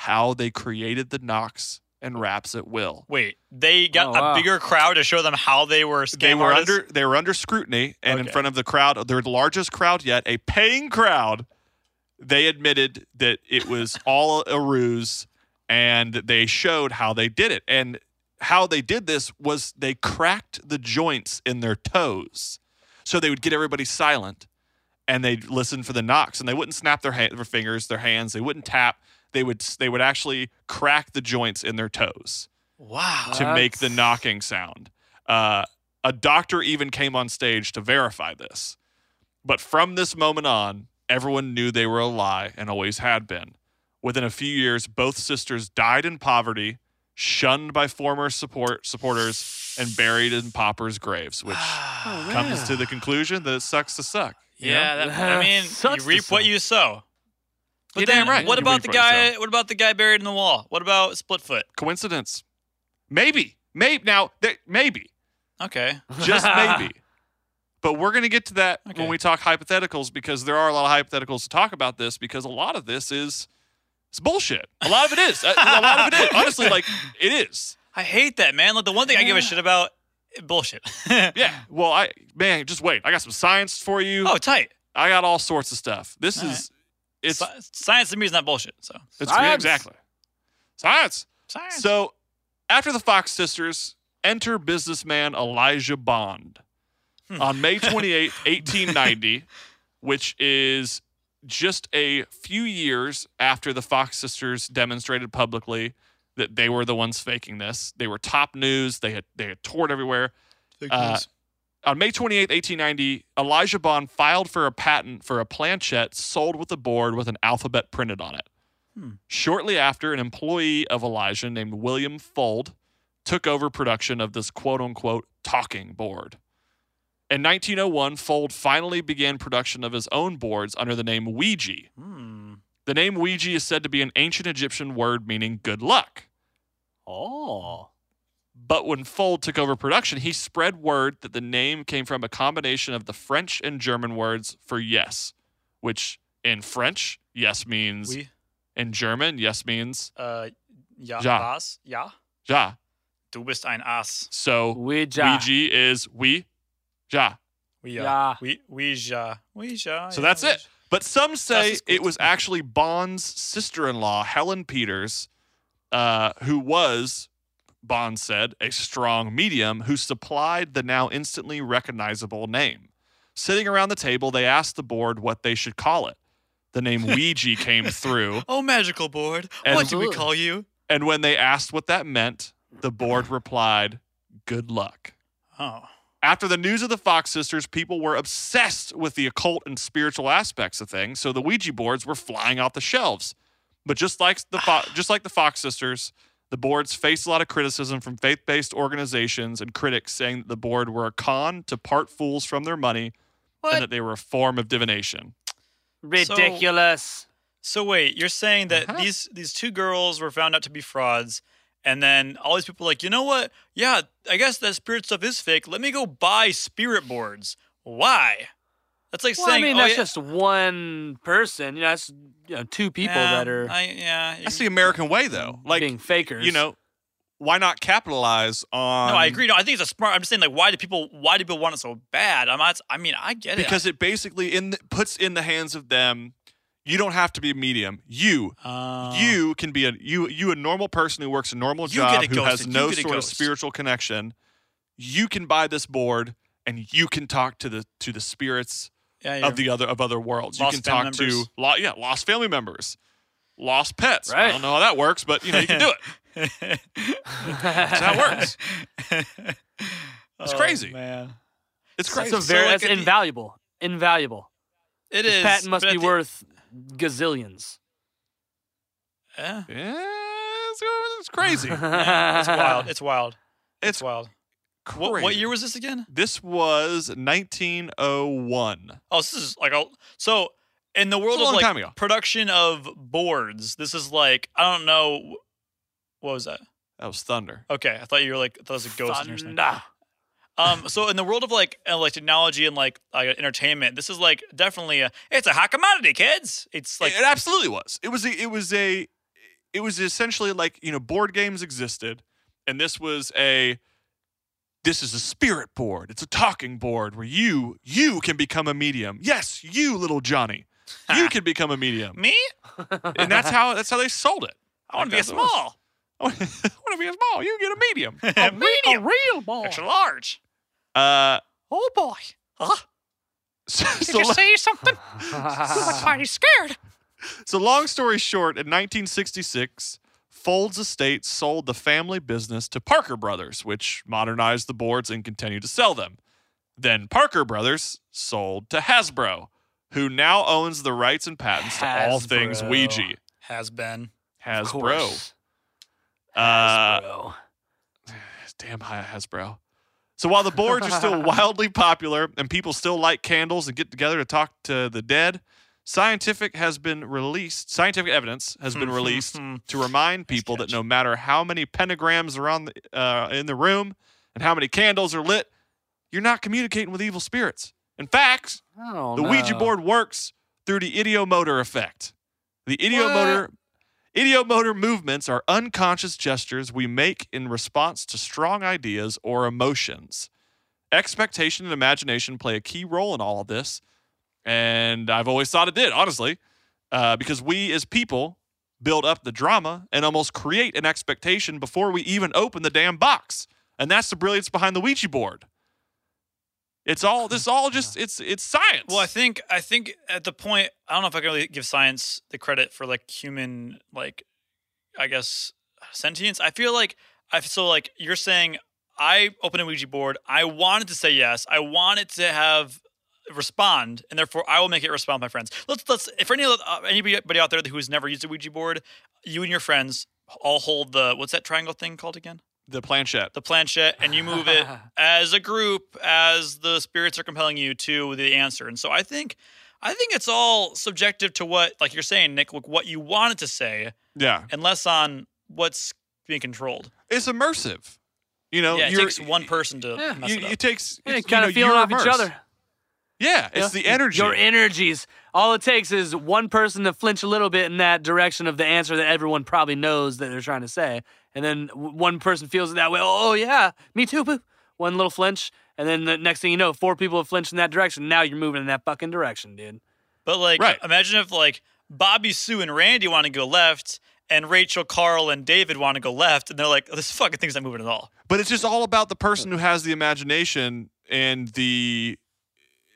how they created the knocks and raps at will. Wait, they got Oh, a wow. bigger crowd to show them how they were scam They were artists? under they were under scrutiny, and in Okay. front of the crowd, their largest crowd yet, a paying crowd, they admitted that [LAUGHS] it was all a ruse, and they showed how they did it. And how they did this was they cracked the joints in their toes, so they would get everybody silent, and they'd listen for the knocks, and they wouldn't snap their, ha- their fingers, their hands, they wouldn't tap. They would they would actually crack the joints in their toes Wow. to make the That's- knocking sound. Uh, a doctor even came on stage to verify this. But from this moment on, everyone knew they were a lie and always had been. Within a few years, both sisters died in poverty, shunned by former support supporters, and buried in paupers' graves, which comes to the conclusion that it sucks to suck. you know? Yeah, that, I mean, Sucks you to reap what suck. you sow. But You're then, damn right. what You about reap the what you guy? What about the guy buried in the wall? What about Splitfoot? Coincidence? Maybe. Maybe. Now, th- maybe. Okay, just [LAUGHS] maybe. But we're going to get to that Okay. when we talk hypotheticals because there are a lot of hypotheticals to talk about this because a lot of this is it's bullshit. A lot of it is. a, a lot of it is. Honestly, like it is. I hate that man. Like the one thing I give a shit about, bullshit. [LAUGHS] Yeah. Well, I man, just wait. I got some science for you. Oh, tight. I got all sorts of stuff. This All is it's Sci- science to me is not bullshit. So it's Science. exactly science. science. So after the Fox sisters, enter businessman Elijah Bond on May 28, 1890, which is just a few years after the Fox sisters demonstrated publicly that they were the ones faking this. They were top news. They had they had toured everywhere. Uh, on May 28, 1890, Elijah Bond filed for a patent for a planchette sold with a board with an alphabet printed on it. Shortly after, an employee of Elijah named William Fold took over production of this quote unquote talking board. In 1901, Fold finally began production of his own boards under the name Ouija. The name Ouija is said to be an ancient Egyptian word meaning good luck. Oh, But when Fold took over production, he spread word that the name came from a combination of the French and German words for yes, which in French, yes means, we, in German, yes means uh, ja, Ja. was, ja. ja. Du bist ein Ass. So Ouija. Ouija is we, ja. We, uh, Ja. we, we, ja, we, ja. So ja, that's we- it. But some say That's cool. it was actually Bond's sister in law, Helen Peters, uh, who was, Bond said, a strong medium who supplied the now instantly recognizable name. Sitting around the table, they asked the board what they should call it. The name Ouija came through, Oh, magical board. And- what do we Ugh. call you? and when they asked what that meant, the board replied, Good luck. Uh-huh. Oh. After the news of the Fox sisters, people were obsessed with the occult and spiritual aspects of things, so the Ouija boards were flying off the shelves. But just like the [SIGHS] Fo- just like the Fox sisters, the boards faced a lot of criticism from faith-based organizations and critics saying that the board were a con to part fools from their money What? and that they were a form of divination. Ridiculous. So wait, you're saying that Uh-huh. these these two girls were found out to be frauds, and then all these people are like, you know what? Yeah, I guess that spirit stuff is fake. Let me go buy spirit boards. Why? That's like well, saying, I mean, oh, that's yeah, just one person. You know, that's you know, two people yeah, that are I, yeah, That's the American way, though. Like being fakers. [LAUGHS] you know, why not capitalize on? no, I agree. No, I think it's a smart. I'm just saying, like, why do people? Why do people want it so bad? I'm not. I mean, I get it. because it basically in puts in the hands of them. You don't have to be a medium. You Uh, you can be a you you a normal person who works a normal You get job it who has ghosted. You no get it sort of ghosted. spiritual connection. You can buy this board and you can talk to the to the spirits yeah, you're- of the other of other Lost worlds. you can talk family to members. lo, yeah lost family members, lost pets. I Right. don't know how that works, [LAUGHS] but you know you can do it. That's how it [LAUGHS] works. [LAUGHS] It's Oh, crazy. man. It's that's crazy. a very So, like, that's it- invaluable. Invaluable. It This is. patent must but at be the- worth gazillions. [LAUGHS] Yeah. Yeah, it's, it's [LAUGHS] [LAUGHS] crazy. It's wild. [LAUGHS] It's wild. It's It's wild. crazy. What, what year was this again? This was 1901. Oh, this is like a so in the world It's a of long like time ago. production of boards. This is like I don't know what was that. That was Thunder. Okay, I thought you were like I thought it was a ghost in your thing. Thunder. Um, so in the world of like uh, like technology and like uh, entertainment, this is like definitely a it's a hot commodity, kids. It's like it, it absolutely was. It was a, it was a it was essentially like you know board games existed, and this was a this is a spirit board. It's a talking board where you you can become a medium. Yes, you little Johnny, [LAUGHS] you can become a medium, me. and that's how that's how they sold it. I want to be a Like, that's what it was. small, [LAUGHS] I want to be a small. You can get a medium. a A medium, real boy. extra large. Uh, [LAUGHS] Oh boy, huh? [LAUGHS] so, Did so you lo- see something? [LAUGHS] I'm mighty scared. So, long story short, in 1966, Folds Estate sold the family business to Parker Brothers, which modernized the boards and continued to sell them. Then Parker Brothers sold to Hasbro, who now owns the rights and patents to all things Hasbro. Ouija. Has been. Of Hasbro. course. Uh, Hasbro. damn high Hasbro. So while the boards are still wildly popular and people still light candles and get together to talk to the dead, scientific has been released. Scientific evidence has Mm-hmm. been released to remind people that catch. no matter how many pentagrams are on the, uh, in the room and how many candles are lit, you're not communicating with evil spirits. In fact, Oh, the no. Ouija board works through the idiomotor effect. The idiomotor idiomotor movements are unconscious gestures we make in response to strong ideas or emotions. Expectation and imagination play a key role in all of this, and I've always thought it did, honestly, uh, because we as people build up the drama and almost create an expectation before we even open the damn box, and that's the brilliance behind the Ouija board. It's all this is all [SIGHS] just it's it's science. Well, I think I think at the point I don't know if I can really give science the credit for like human like I guess sentience. I feel like I so like you're saying I opened a Ouija board. I wanted to say yes. I wanted to have respond, and therefore I will make it respond, my friends. Let's let's if any of the- uh, anybody out there who has never used a Ouija board, you and your friends all hold the what's that triangle thing called again? the planchette. the planchette and you [LAUGHS] move [LAUGHS] it as a group as the spirits are compelling you to the answer. And so I think I think it's all subjective to what like you're saying, Nick, like what you wanted to say Yeah. and less on what's being controlled. it's immersive. You know, yeah, it you're- takes one person to Yeah. mess you- it up. it takes Yeah, it's, kind you know, of feeling you're off each immersed. other. Yeah, it's the Yeah. energy. Your energies. All it takes is one person to flinch a little bit in that direction of the answer that everyone probably knows that they're trying to say. And then w- one person feels it that way. Oh, yeah, me too. Boo. One little flinch. And then the next thing you know, four people have flinched in that direction. Now you're moving in that fucking direction, dude. But like, Right. imagine if like Bobby, Sue, and Randy want to go left, and Rachel, Carl, and David want to go left, and they're like, "This fucking thing's not moving at all." [LAUGHS] but it's just all about the person who has the imagination and the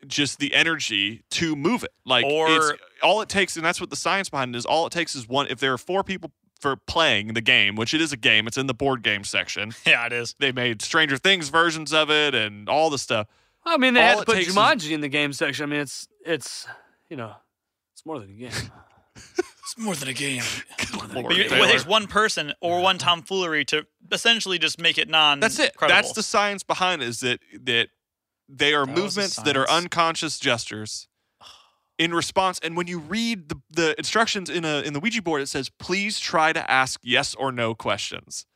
just the energy to move it. Like Or- it's, all it takes, and that's what the science behind it is. All it takes is one. If there are four people for playing the game, which it is a game. It's in the board game section. Yeah, it is. They made Stranger Things versions of it and all the stuff. I mean, they All had to it put takes is- Jumanji in the game section. I mean, it's it's you know, it's more than a game. It's more than a game. Lord But you, Taylor. it takes one person or one tomfoolery to essentially just make it non. That's it. That's the science behind it is that that they are That was the movements that are science. unconscious gestures in response. And when you read the, the instructions in a in the Ouija board, it says please try to ask yes or no questions.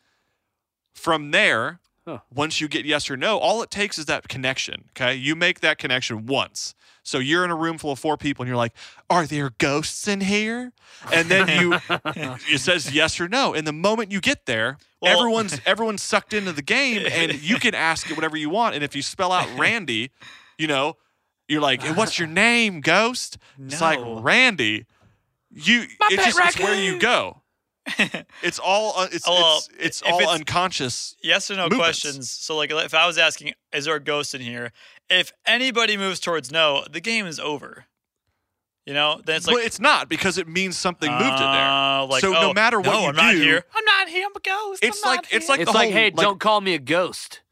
From there, Huh. once you get yes or no, all it takes is that connection. Okay, you make that connection once. So you're in a room full of four people, and you're like, "Are there ghosts in here?" And then [LAUGHS] you it says yes or no. And the moment you get there, Well- everyone's everyone's sucked into [LAUGHS] the game, and you can ask it whatever you want. And if you spell out Randy, you know, you're like, "Hey, "What's your name, Ghost?" It's like No. Randy. You, it's just it's where [LAUGHS] you go. It's all uh, it's Well, it's, it's if all it's- unconscious. yes or no movements. questions. So like, if I was asking, is there a ghost in here? If anybody moves towards no, the game is over. You know, then it's like but it's not because it means something moved in there. uh, Like, So no oh, matter what no, you I'm not do- [LAUGHS] here. [LAUGHS] I'm not here. I'm a ghost. It's I'm like- not it's here. [LAUGHS] like it's the like, whole, hey, like- don't call me a ghost.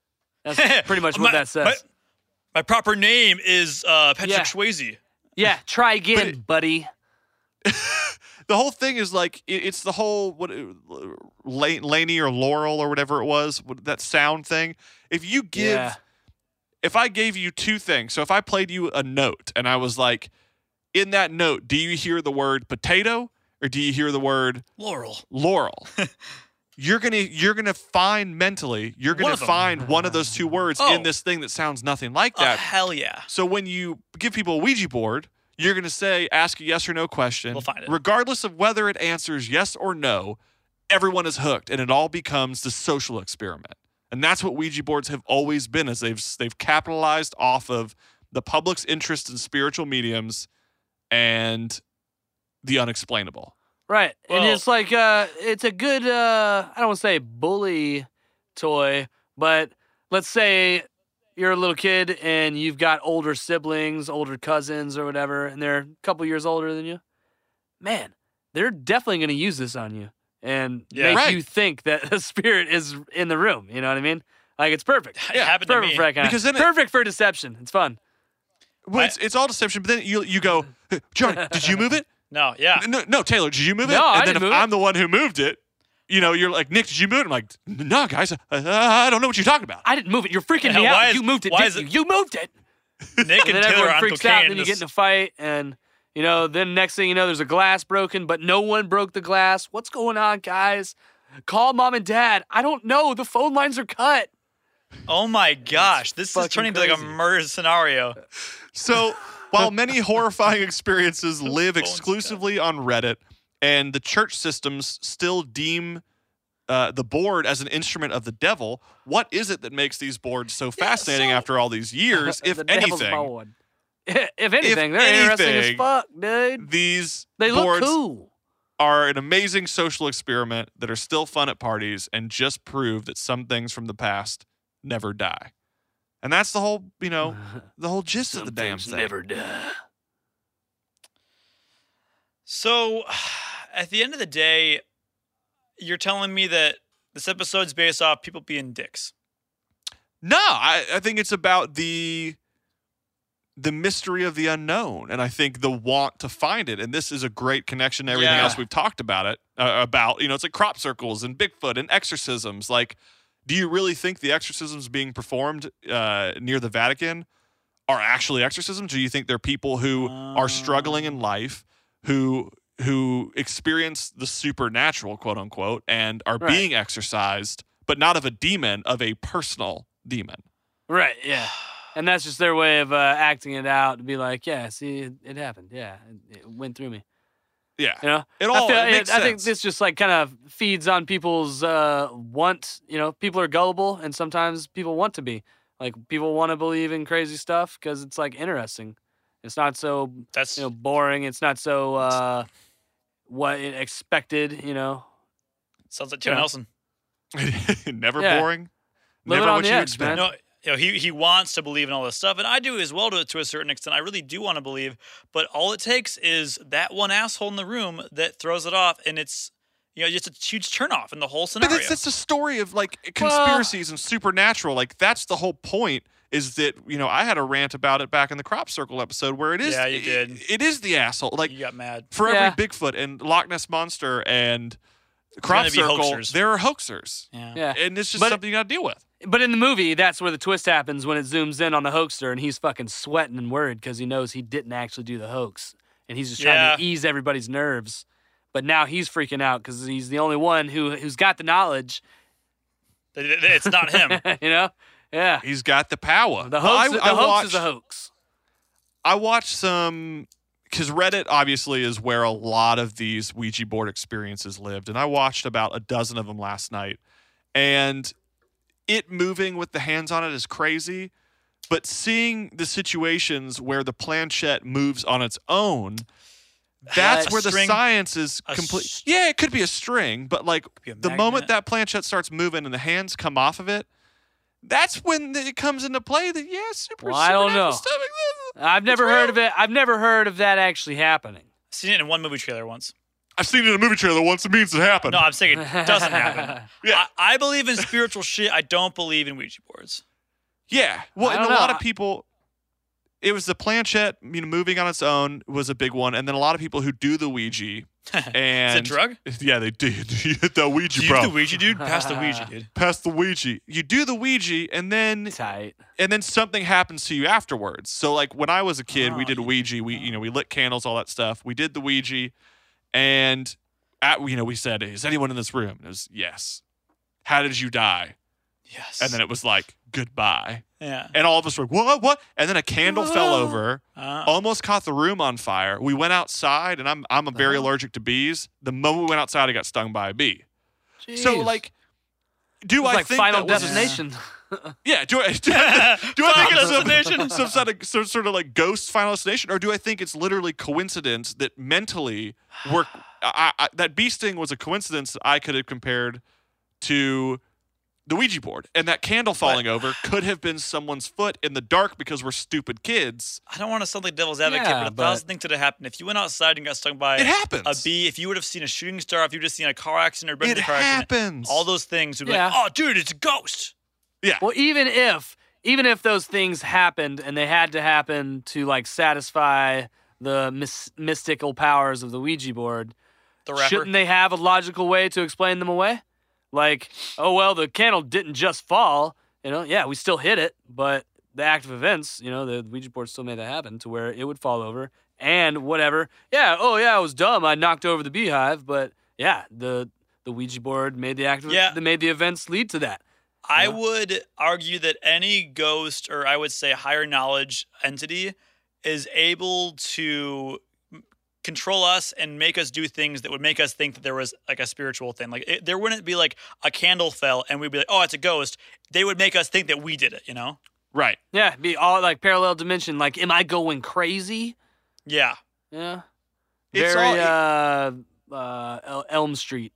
[LAUGHS] That's pretty much what My- that says. My, my proper name is uh, Patrick Yeah. Swayze. yeah, try again, it- buddy. The whole thing is like it, it's the whole what uh, La- Laney or Laurel or whatever it was what- that sound thing. If you give Yeah. if I gave you two things, so if I played you a note and I was like, in that note, do you hear the word potato or do you hear the word Laurel. [LAUGHS] laurel? you're gonna you're gonna find mentally, you're gonna One of them. find one of those two words Oh. in this thing that sounds nothing like Oh, that. hell yeah. so when you give people a Ouija board, you're gonna say ask a yes or no question. We'll find it. Regardless of whether it answers yes or no, everyone is hooked and it all becomes the social experiment. And that's what Ouija boards have always been, is they've they've capitalized off of the public's interest in spiritual mediums and the unexplainable. Right. and Well- it's like uh it's a good uh I don't want to say bully toy, but let's say you're a little kid and you've got older siblings, older cousins or whatever, and they're a couple years older than you. Man, they're definitely going to use this on you and Yeah. make Right. you think that [LAUGHS] a spirit is in the room, you know what I mean? Like it's perfect. It happened to perfect me. for that kind Because of, then it- perfect for deception. It's fun. Well, it's, it's all deception, but then you you go, "Hey, Johnny, did you move it? No, yeah. [LAUGHS] No, no, Taylor, did you move it? No, I and then didn't if move it. I'm the one who moved it, you know, you're like, Nick, did you move it? I'm like, no, guys, I, I don't know what you're talking about. I didn't move it. You're freaking [LAUGHS] Yeah, me why out. is- you moved it, why didn't is it- you? You moved it. Nick and, and then Taylor everyone on freaks cocaine. out, and then you get this- in a fight, and you know, then next thing you know, there's a glass broken, but no one broke the glass. What's going on, guys? Call mom and dad. I don't know. The phone lines are cut. oh my gosh, this is fucking turning into like a crazy. murder scenario. [LAUGHS] So, while [LAUGHS] many horrifying experiences live phone's exclusively on Reddit, and the church systems still deem uh, the board as an instrument of the devil, what is it that makes these boards so fascinating so- after all these years, [LAUGHS] [LAUGHS] if The devil's anything? bored. [LAUGHS] If anything, they're interesting as anything, fuck, dude. These They look boards cool. are an amazing social experiment that are still fun at parties and just prove that some things from the past never die. And that's the whole, [SIGHS] you know, the whole gist of Oh, the damn thing. die. So, [SIGHS] at the end of the day, you're telling me that this episode's based off people being dicks. No, I, I think it's about the the mystery of the unknown, and I think the want to find it. And this is a great connection to everything Yeah. else we've talked about it uh, about. You know, it's like crop circles and Bigfoot and exorcisms. Like, do you really think the exorcisms being performed uh, near the Vatican are actually exorcisms? Do you think they're people who are struggling Um. in life who who experience the supernatural, quote unquote, and are Right. being exorcised, but not of a demon, of a personal demon? Right, yeah. And that's just their way of uh, acting it out to be like, yeah, see, it, it happened. Yeah, it, it went through me. Yeah. You know, It all I, feel- it makes I think sense. this just like kind of feeds on people's uh, want. You know, people are gullible, and sometimes people want to be. Like people want to believe in crazy stuff because it's like interesting. It's not so That's you know boring. It's not so uh, what it expected. You know, sounds like Tim yeah. Nelson. [LAUGHS] Never Yeah. boring. Live it Never on what the you edge, man. expect. No, you know, he he wants to believe in all this stuff, and I do as well to to a certain extent. I really do want to believe, but all it takes is that one asshole in the room that throws it off, and it's You know, just a huge turnoff in the whole But scenario. that's, that's the story of like conspiracies and supernatural. Like that's the whole point is that you know I had a rant about it back in the crop circle episode where it is Yeah, you did. it- it is the asshole like you got mad. for Yeah. every Bigfoot and Loch Ness monster and crop gonna be circle hoaxers. there are hoaxers Yeah. Yeah. and it's just But- something you got to deal with. But in the movie, that's where the twist happens when it zooms in on the hoaxer and he's fucking sweating and worried because he knows he didn't actually do the hoax. And he's just trying to Yeah. ease everybody's nerves. But now he's freaking out because he's the only one who, who's got the knowledge, It- it- It's not him. [LAUGHS] you know? Yeah. He's got the power. The hoax, I, the I hoax watched, is a hoax. I watched some because Reddit obviously is where a lot of these Ouija board experiences lived, and I watched about a dozen of them last night. And it moving with the hands on it is crazy, but seeing the situations where the planchette moves on its own, that's A where string- the science is a complete. s- yeah, it could be a string, but like be a the moment magnet. that planchette starts moving and the hands come off of it. That's when it comes into play. That yeah, super. Well, I don't supernatural know. stuff exists. I've never heard of it. I've never heard of that actually happening. Seen it in one movie trailer once. I've seen it in a movie trailer once. It means it happened. No, I'm saying it doesn't happen. [LAUGHS] Yeah. I, I believe in spiritual shit. I don't believe in Ouija boards. yeah. Well, I and a don't know. lot of people, it was the planchette, you know, moving on its own was a big one. And then a lot of people who do the Ouija [LAUGHS] Is and. it drug? [LAUGHS] Yeah, they do. You hit the Ouija, Do you bro. do the Ouija, dude? Pass the [LAUGHS] [LAUGHS] Ouija, dude. Pass the Ouija. You do the Ouija, and then Tight. and then something happens to you afterwards. So like when I was a kid, we Oh, did you- Ouija. We you know we lit candles, all that stuff. We did the Ouija, and at you know we said, "Is anyone in this room?" And it was yes. How did you die? Yes. And then it was like goodbye, yeah. and all of us were what what? And then a [LAUGHS] candle fell over, Uh, almost caught the room on fire. We went outside, and I'm I'm very allergic to bees. The moment we went outside, I got stung by a bee. So Jeez. like. Do It was I like think Final that was a- [LAUGHS] Destination. yeah, do I [LAUGHS] do [LAUGHS] I, do I think it's Final some- [LAUGHS] Some sort of some sort of like ghost final destination, or do I think it's literally coincidence that mentally work I, I, that bee sting was a coincidence that I could have compared to the Ouija board, and that candle falling over could have been someone's foot in the dark because we're stupid kids. I don't want to sound like devil's advocate, Yeah, but a but- thousand things could have happened. If you went outside and got stung by It happens. a bee, if you would have seen a shooting star, if you would have seen a car accident or been It in a car happens. accident, all those things would be like, Yeah. oh, dude, it's a ghost. yeah, Well, even if even if those things happened and they had to happen to like satisfy the mys- mystical powers of the Ouija board, The rapper. shouldn't they have a logical way to explain them away? Like, oh well, the candle didn't just fall. You know, yeah, we still hit it, but the act of events, you know, the Ouija board still made that happen to where it would fall over and whatever. Yeah, oh yeah, I was dumb. I knocked over the beehive, but yeah, the the Ouija board made the act of Yeah. that made the events lead to that. I Yeah. would argue that any ghost, or I would say higher knowledge entity, is able to m- control us and make us do things that would make us think that there was like a spiritual thing. Like it, there wouldn't be like a candle fell and we'd be like, oh, it's a ghost. They would make us think that we did it. You know? right. Yeah, be all like parallel dimension. Like, am I going crazy? Yeah. Yeah. It's Very all- uh, uh, El- Elm Street.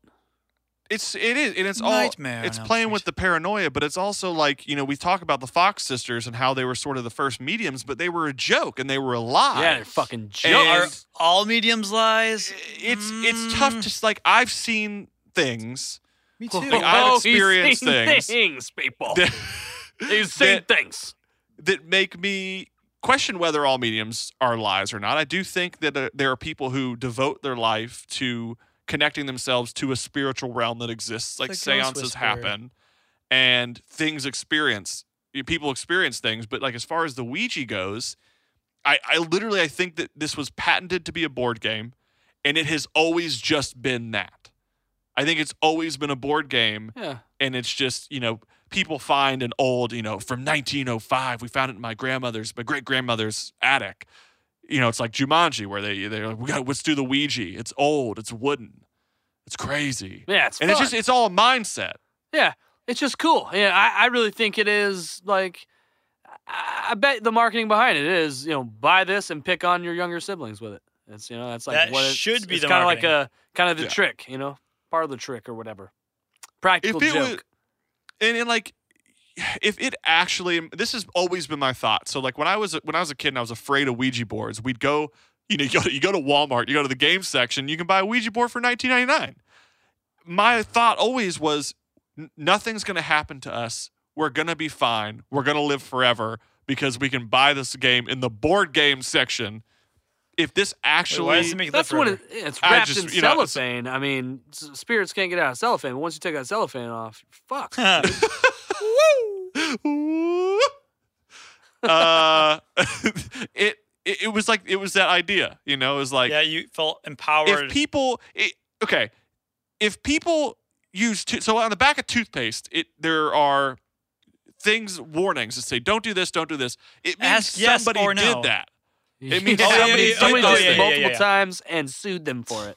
It's it is and it's all Nightmare it's on Elm playing Street. with the paranoia, but it's also like, you know, we talk about the Fox sisters and how they were sort of the first mediums, but they were a joke and they were a lie. yeah, they're fucking And joke. Are all mediums lies? Mm. it's it's tough to s- like I've seen things. Me Oh, too. Like, I've he's experienced seen things. people. [LAUGHS] that, he's seen that- things. that make me question whether all mediums are lies or not. I do think that uh, there are people who devote their life to connecting themselves to a spiritual realm that exists, like the ghost seances whisperer. happen and things experience. y- People experience things, but like as far as the Ouija goes, I, I literally I think that this was patented to be a board game, and it has always just been that. I think it's always been a board game Yeah. and it's just you know people find an old you know from 1905 we found it in my grandmother's my great grandmother's attic you know it's like jumanji where they they're like we got let's do the ouija it's old it's wooden it's crazy Yeah, it's and it's fun. just it's all a mindset Yeah, it's just cool. Yeah, I, I really think it is like. I I bet the marketing behind it is, you know, buy this and pick on your younger siblings with it. It's you know, that's like That what it- should be It's the kind of like marketing. a kind of the Yeah. trick, you know, part of the trick or whatever. Practical If it joke. was- and, and like if it actually this has always been my thought so like when i was when i was a kid and i was afraid of ouija boards we'd go you know you go to, you go to walmart you go to the game section you can buy a ouija board for 1999 my thought always was n- nothing's going to happen to us. We're going to be fine. We're going to live forever because we can buy this game in the board game section. If this actually why does it make That's that what forever? it, it's I wrapped just- in you know, it's- cellophane. I mean, s- spirits can't get out of cellophane. But once you take that cellophane off, fuck. [LAUGHS] [LAUGHS] Woo! uh, [LAUGHS] it, it it was like it was that idea, you know. It was like yeah, you felt empowered. if people it, okay, if people use to, so on the back of toothpaste, it there are things warnings that say don't do this, don't do this. It means Ask yes somebody or did no. that. It [LAUGHS] means Yeah, somebody, somebody did somebody that. did yeah, it yeah, multiple yeah. times and sued them for it.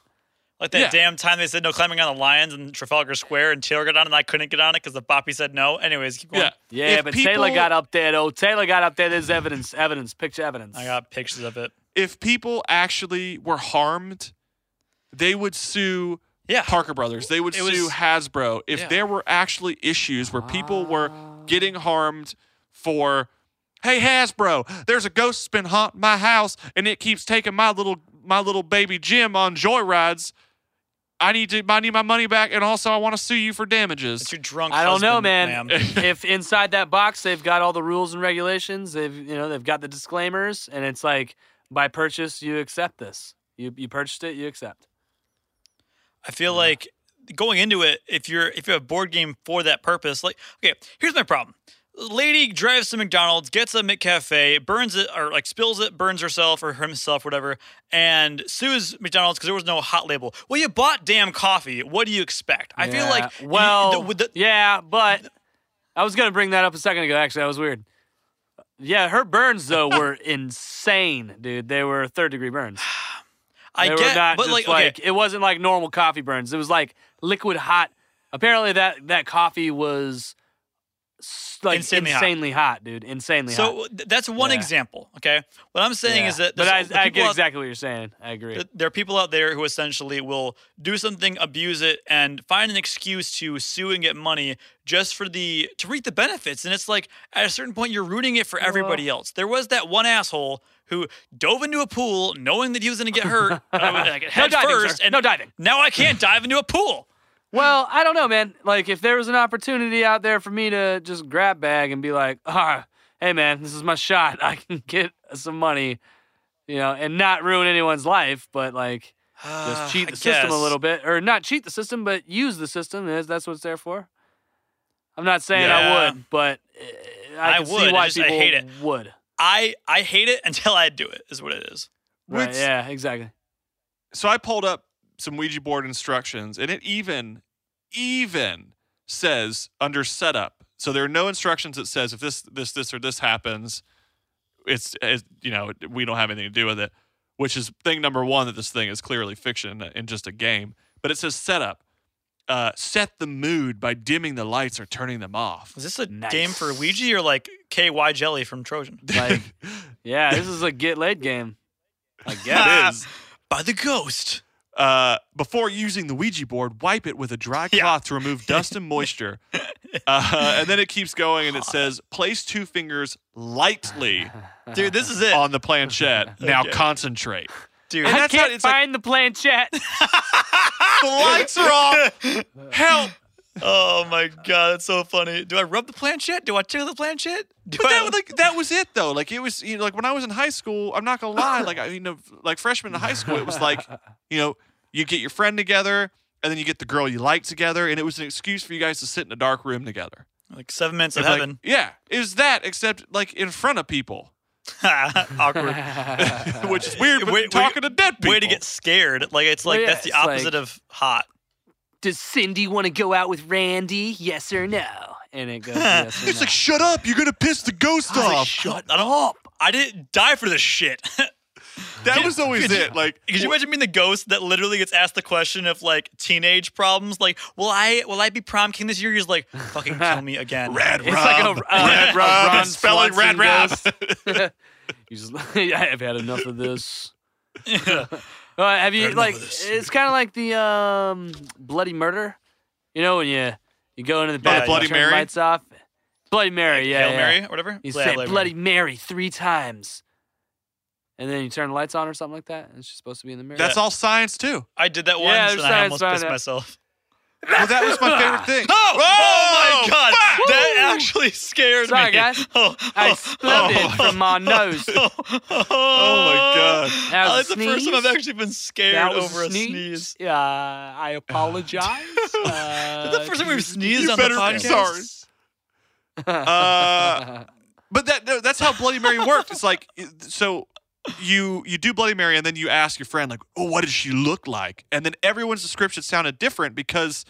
like that yeah. damn time they said no climbing on the lions in Trafalgar Square and Taylor got on it and I couldn't get on it because the boppy said no. Anyways, keep going. Yeah, Yeah, If but people- Taylor got up there. though. Taylor got up there. There's evidence, evidence, picture evidence. I got pictures of it. If people actually were harmed, they would sue Yeah. Parker Brothers. They would It sue was- Hasbro if yeah. Ah. there were actually issues where people were getting harmed for, hey Hasbro, there's a ghost that's been haunting my house and it keeps taking my little my little baby Jim on joyrides. I need to I need my money back and also I want to sue you for damages. It's your drunk I don't know, [LAUGHS] husband, man. ma'am. [LAUGHS] if inside that box they've got all the rules and regulations, they've you know they've got the disclaimers, and it's like by purchase you accept this. You you purchased it, you accept. I feel like going into it, if you're if you have a board game for that purpose, like okay, here's my problem. Lady drives to McDonald's, gets a McCafe, burns it or like spills it, burns herself or himself, whatever, and sues McDonald's because there was no hot label. Well, you bought damn coffee. What do you expect? I feel Yeah. like you- well, the- with the- yeah, but I was gonna bring that up a second ago. Actually, that was weird. Yeah, her burns though [LAUGHS] were insane, dude. They were third degree burns. I they get, were not but just like, like, okay, it wasn't like normal coffee burns. It was like liquid hot. Apparently that that coffee was s- like Insanely insanely, hot. hot. dude. Insanely hot. so th- that's one Yeah. example. Okay, what I'm saying Yeah. is that but this- I, the I people get out- exactly what you're saying. I agree. Th- There are people out there who essentially will do something, abuse it, and find an excuse to sue and get money just for the to reap the benefits. And it's like at a certain point, you're ruining it for everybody else. There was that one asshole who dove into a pool knowing that he was going to get [LAUGHS] hurt uh, like, no head diving, first, sir. and no diving. now I can't dive into a pool. Well, I don't know, man. Like, if there was an opportunity out there for me to just grab bag and be like, ah, hey, man, this is my shot. [LAUGHS] I can get some money, you know, and not ruin anyone's life, but like, just cheat Ah, I the system a guess. little bit, or not cheat the system, but use the system. Is that's what it's there for? I'm not saying Yeah. I would, but uh, I, I can would. I see why just- I people hate it. would. I I hate it until I do it. Is what it is. Right? Which- yeah, [LAUGHS] exactly. so I pulled up some Ouija board instructions, and it even even says under setup. So there are no instructions that says if this this this or this happens, it's, it's you know we don't have anything to do with it. Which is thing number one that this thing is clearly fiction and just a game. But it says setup. Uh, set the mood by dimming the lights or turning them off. Is this a Nice. game for Ouija or like KY Jelly from Trojan? Like, yeah, this is a get laid game. I It [LAUGHS] is. by the ghost. Uh, before using the Ouija board, wipe it with a dry cloth Yeah. [LAUGHS] to remove dust and moisture. Uh, and then it keeps going and it says, place two fingers lightly [LAUGHS] Dude, this is it. on [LAUGHS] the planchette. Now Okay. concentrate. Dude, And I that's how can't it's like- find the [LAUGHS] planchette. The lights are off. Help. Oh my god, that's so funny. Do I rub the planchette? Do I tickle the planchette? Do But I that, was, like, that was it though. Like it was you know, like when I was in high school, I'm not gonna lie, like I you know, like freshman in high school, it was like, you know, you get your friend together and then you get the girl you like together, and it was an excuse for you guys to sit in a dark room together. like seven minutes of It's like- heaven? yeah, it was that except like in front of people, [LAUGHS] Awkward. [LAUGHS] which is weird. But Way- way- talking to dead people. Way to get scared. Like it's like Well, yeah, that's the it's opposite like- of hot. Does Cindy want to go out with Randy? Yes or no? And [LAUGHS] it goes yes or It's no. like shut up! You're gonna piss the ghost I was like, off. shut I don't up. I didn't die for this shit. [LAUGHS] that was always could you- it. Like Could you imagine being the ghost that literally gets asked the question of like teenage problems? Like, will I will I be prom king this year? You're just like, fucking kill me again. Rad It's like a, Rob. uh, a [LAUGHS] Rad Rob Ron is spelling Rad Rob. Swanson ghost. [LAUGHS] You just, [LAUGHS] I've had enough of [LAUGHS] this. [LAUGHS] Uh, have you enough like? of this. It's kind of like the um, bloody murder. You know when you you go Oh, into the bathroom, Bloody turn the Mary? lights off. Bloody Mary, yeah, Hail yeah. Mary or whatever? You Yeah, say Hail Mary. Bloody Mary three times, and then you turn the lights on or something like that. And she's supposed to be in the mirror. [LAUGHS] That's all science too. I did that Yeah, once there's and I science almost behind pissed that. myself. Well, that was my favorite thing. Oh, oh my god, fuck! that actually scared Sorry, me. guys. Oh, I [LAUGHS] oh, exploded oh, from my nose. [LAUGHS] Oh, God. That was a that's the first time sneeze. I've actually been scared That was over a sneeze. Uh, I [LAUGHS] apologize. uh, That's the first time we've [LAUGHS] sneezed You on better the be podcast. sorry. Uh, but that no, that's how Bloody Mary worked. [LAUGHS] It's like so you you do Bloody Mary and then you ask your friend like, "Oh, what does she look like?" And then everyone's description sounded different because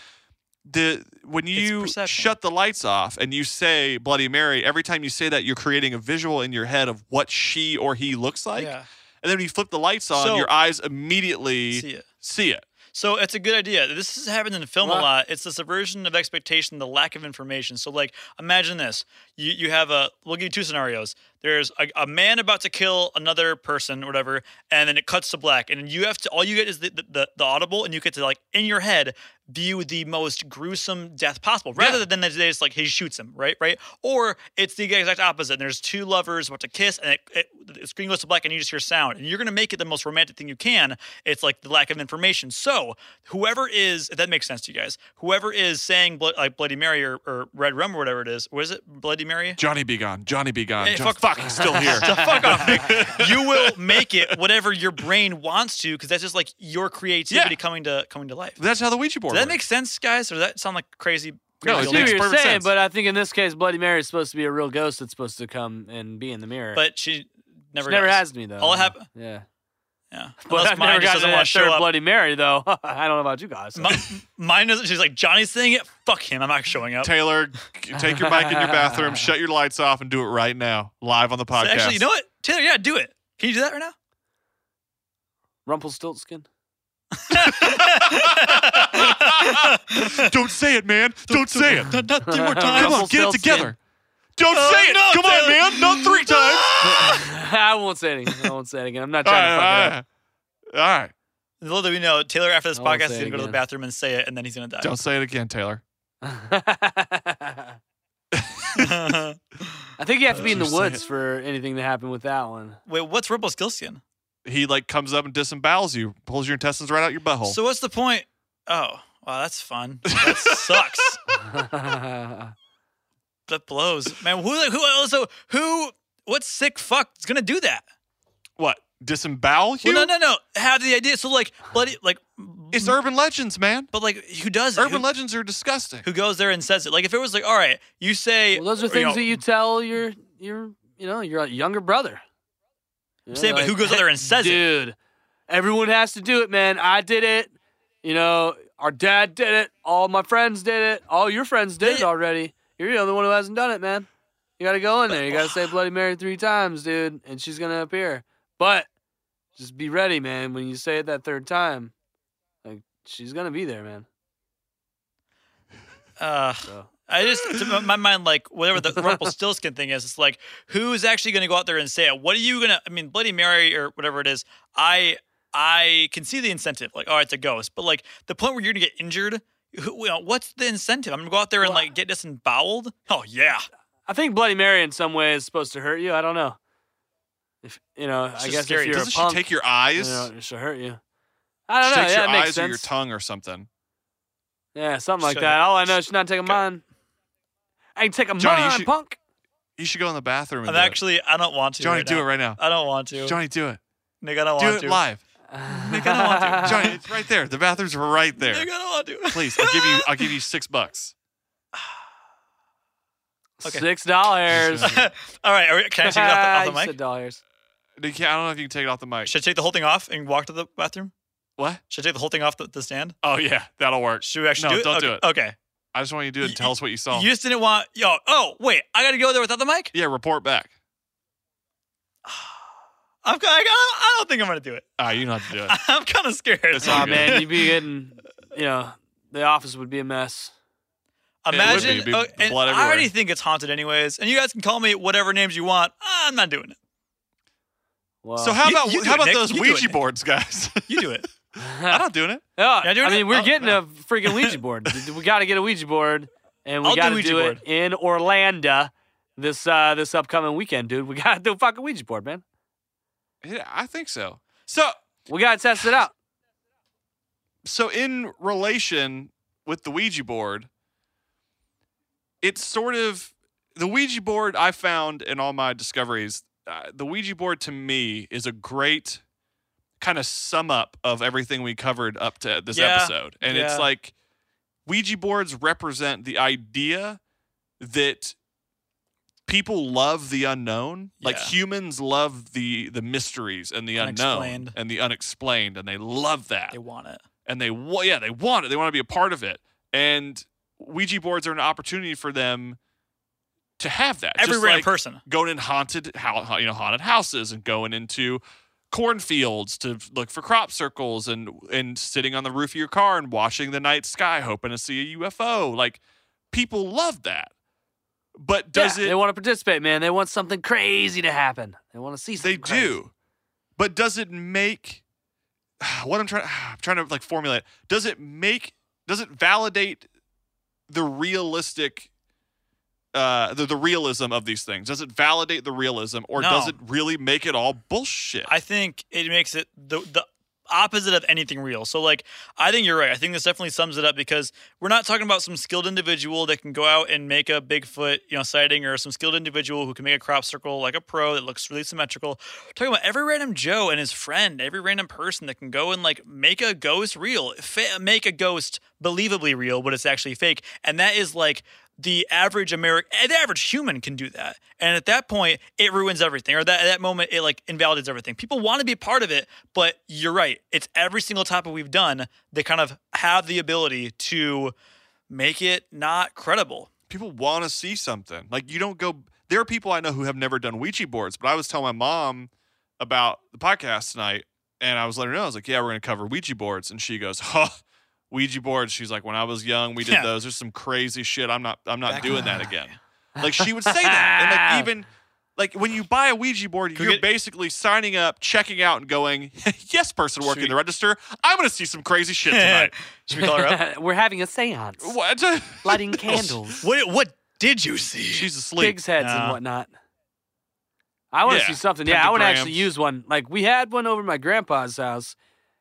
the when you perception. shut the lights off and you say Bloody Mary, every time you say that you're creating a visual in your head of what she or he looks like. yeah, And then when you flip the lights on, So- your eyes immediately see it. see it. So it's a good idea. This has happened in film Well- a lot. It's the subversion of expectation, the lack of information. So like, imagine this: you you have a. We'll give you two scenarios. There's a, a man about to kill another person, whatever, and then it cuts to black, and you have to. All you get is the the, the, the audible, and you get to like in your head view the most gruesome death possible, rather Yeah. than that they just like he shoots him, right, right. Or it's the exact opposite. And there's two lovers about to kiss, and it, it, the screen goes to black, and you just hear sound, and you're gonna make it the most romantic thing you can. It's like the lack of information. So whoever is, if that makes sense to you guys, whoever is saying blo- like Bloody Mary or, or Red Rum or whatever it is, what is it? Bloody Mary. Johnny be gone. Johnny be gone. Hey, John- fuck- fuck, he's still here. The [LAUGHS] fuck off, [LAUGHS] Nick. You will make it whatever your brain wants to, because that's just like your creativity Yeah. coming to coming to life. That's how the Ouija board Does that works. make sense, guys? Or does that sound like crazy? No, I see it crazy what makes you're perfect saying, sense. but I think in this case, Bloody Mary is supposed to be a real ghost that's supposed to come and be in the mirror. But she never She never does. has me though. All that hap- Yeah. [LAUGHS] Yeah. But Unless I've mine never just gotten to doesn't that want to show third up. Bloody Mary though. [LAUGHS] I don't know about you guys. Mi- [LAUGHS] mine doesn't. She's like Johnny's saying it. Fuck him. I'm not showing up. Taylor, g- take your bike in your bathroom, shut your lights off, and do it right now, live on the So podcast. actually, you know what, Taylor? Yeah, do it. Can you do [LAUGHS] that right now? [LAUGHS] Rumpelstiltskin. [LAUGHS] Don't say it, man. Don't say it. Not, not [LAUGHS] three more times. Come on, get it Rumpelstiltskin. together. Don't say it. no, Come on, Taylor. man. Not [LAUGHS] three times. I won't say it again. I won't say it again. I'm not all trying to fuck it right, up. all right. All right. Little do we know, Taylor after this I won't podcast say is it gonna go to the again. bathroom and say it, and then he's gonna die. Don't say it again, Taylor. [LAUGHS] I think you have to be in the Just say woods it. for anything to happen with that one. [LAUGHS] [LAUGHS] Wait, what's Rumpelstiltskin? He like comes up and disembowels you, pulls your intestines right out your butthole. So what's the point? Oh, wow, that's fun. [LAUGHS] That sucks. That blows, man. Who, who, also, who, what sick fuck is gonna do that? what? Disembowel you? Well, no, no, no. Have the idea. So like, bloody, like, It's urban legends, man. but like, who does it? Urban who, legends are disgusting. who goes there and says it? Like, if it was like, all right, you say well, those are you things know, that you tell your your you know your younger brother. You I'm know, saying, but who goes out there and says it? dude, everyone has to do it, man. I did it. You know, our dad did it. All my friends did it. All your friends did it Yeah. already. You're the only one who hasn't done it, man. You gotta go in there. You gotta say Bloody Mary three times, dude, and she's gonna appear. But just be ready, man. When you say it that third time, like she's gonna be there, man. Uh, So. I just to my- my mind like whatever the Rumpelstiltskin thing is. It's like who is actually going to go out there and say it? What are you gonna? I mean, Bloody Mary or whatever it is. I I can see the incentive. Like, all right, it's a ghost, but like the point where you're gonna get injured. Who, you know, what's the incentive? I'm gonna go out there and like get disemboweled. Oh yeah, I think Bloody Mary in some way is supposed to hurt you. I don't know. If you know, I just guess scary. if you're Doesn't a she punk, take your you eyes? know, it should hurt you. I don't she know. takes yeah, your it makes eyes sense. or your tongue or something. Yeah, something like Shut that. up. All I know, is she's not taking Go. mine. I ain't taking Johnny, you mine, should- [LAUGHS] punk. You should go in the bathroom. And I'm do it. actually I don't want to. Johnny, right do now. it right now. I don't want to. Johnny, do it. Nick, I don't Do want it to. live. Nick, I don't want [LAUGHS] to. [LAUGHS] Johnny, it's right there. The bathrooms are right there. Nick, I don't want to. [LAUGHS] Please, I'll give you. I'll give [LAUGHS] you six bucks. Okay. Six [LAUGHS] dollars. [LAUGHS] All right, are we, can I take it [LAUGHS] off the, [LAUGHS] off You the said mic? dollars. Nick, I don't know if you can take it off the mic. Should I take the whole thing off and walk to the bathroom? What? Should I take the whole thing off the, the stand? Oh yeah, that'll work. Should we actually No, do it? don't okay. do it. Okay. I just want you to do it and You- tell us what you saw. You just didn't want yo. Oh wait, I got to go there without the mic. yeah, report back. I'm kind. I, I don't think I'm gonna do it. [LAUGHS] Ah, you don't have to do it. I'm kind of scared. It's all Aw, good. man, you'd be getting, you know, the office would be a mess. Imagine. It would be. It'd be oh, and blood I already everywhere. think it's haunted anyways, and you guys can call me whatever names you want. I'm not doing it. Well, [LAUGHS] So how You- about you do how it, about Nick. those You do it, Ouija Nick. boards, [LAUGHS] guys? You do it. I'm not doing it. Yeah, Now do it I again. mean, we're Oh, getting a freaking Ouija board. we got to get a Ouija board, and we I'll do got to Ouija do it board. in Orlando this uh, this upcoming weekend, dude. We [LAUGHS] got to do a fucking Ouija board, man. Yeah, I think so. So We got to test it out. so in relation with the Ouija board, it's sort of the Ouija board I found in all my discoveries. Uh, the Ouija board to me is a great kind of sum up of everything we covered up to this Yeah, episode. And yeah. it's like Ouija boards represent the idea that people love the unknown. Like Yeah. humans love the the mysteries and the unknown Unexplained. and the unexplained and they love [LAUGHS] that They want it. and they wa- yeah they want it they want to be a part of it and ouija boards are an opportunity for them to have that Every Just random like person. going in haunted hou- you know haunted houses and going into cornfields to look for crop circles and and sitting on the roof of your car and watching the night sky hoping to see a ufo like people love that but does Yeah, it They want to participate, man. They want something crazy to happen. They want to see something. they do but does it make [SIGHS] what i'm trying [SIGHS] i'm trying to like formulate does it make does it validate the realistic uh the, the realism of these things does it validate the realism or No. does it really make it all bullshit I think it makes it the the opposite of anything real. So like I think you're right. I think this definitely sums it up because we're not talking about some skilled individual that can go out and make a Bigfoot, you know, sighting or some skilled individual who can make a crop circle like a pro that looks really symmetrical. We're talking about every random Joe and his friend, every random person that can go and like make a ghost real, fa- make a ghost believably real, but it's actually fake. And that is like the average American, the average human can do that. And at that point, it ruins everything. Or that at that moment, it like invalidates everything. People want to be a part of it, but you're right. It's every single topic we've done that kind of have the ability to make it not credible. people want to see something. Like you don't go. There are people I know who have never done Ouija boards, but I was telling my mom about the podcast tonight, and I was letting her know I was like, "Yeah, we're gonna cover Ouija boards," and she goes, [LAUGHS] "Huh." Ouija boards. She's like, when I was young, we did Yeah. those. There's some crazy shit. I'm not. I'm not doing that again. Like she would say that, and like even like when you buy a Ouija board, Could we you're get- basically signing up, checking out, and going, [LAUGHS] "Yes, person working Should we- the register, I'm gonna see some crazy shit tonight." Should we call her [LAUGHS] up? We're having a seance, what? [LAUGHS] lighting candles, what what did you see? She's asleep. pigs' heads, and Nah. whatnot. I want to Uh, Yeah, see something. Yeah, I want to pentagrams. actually use one. Like we had one over at my grandpa's house,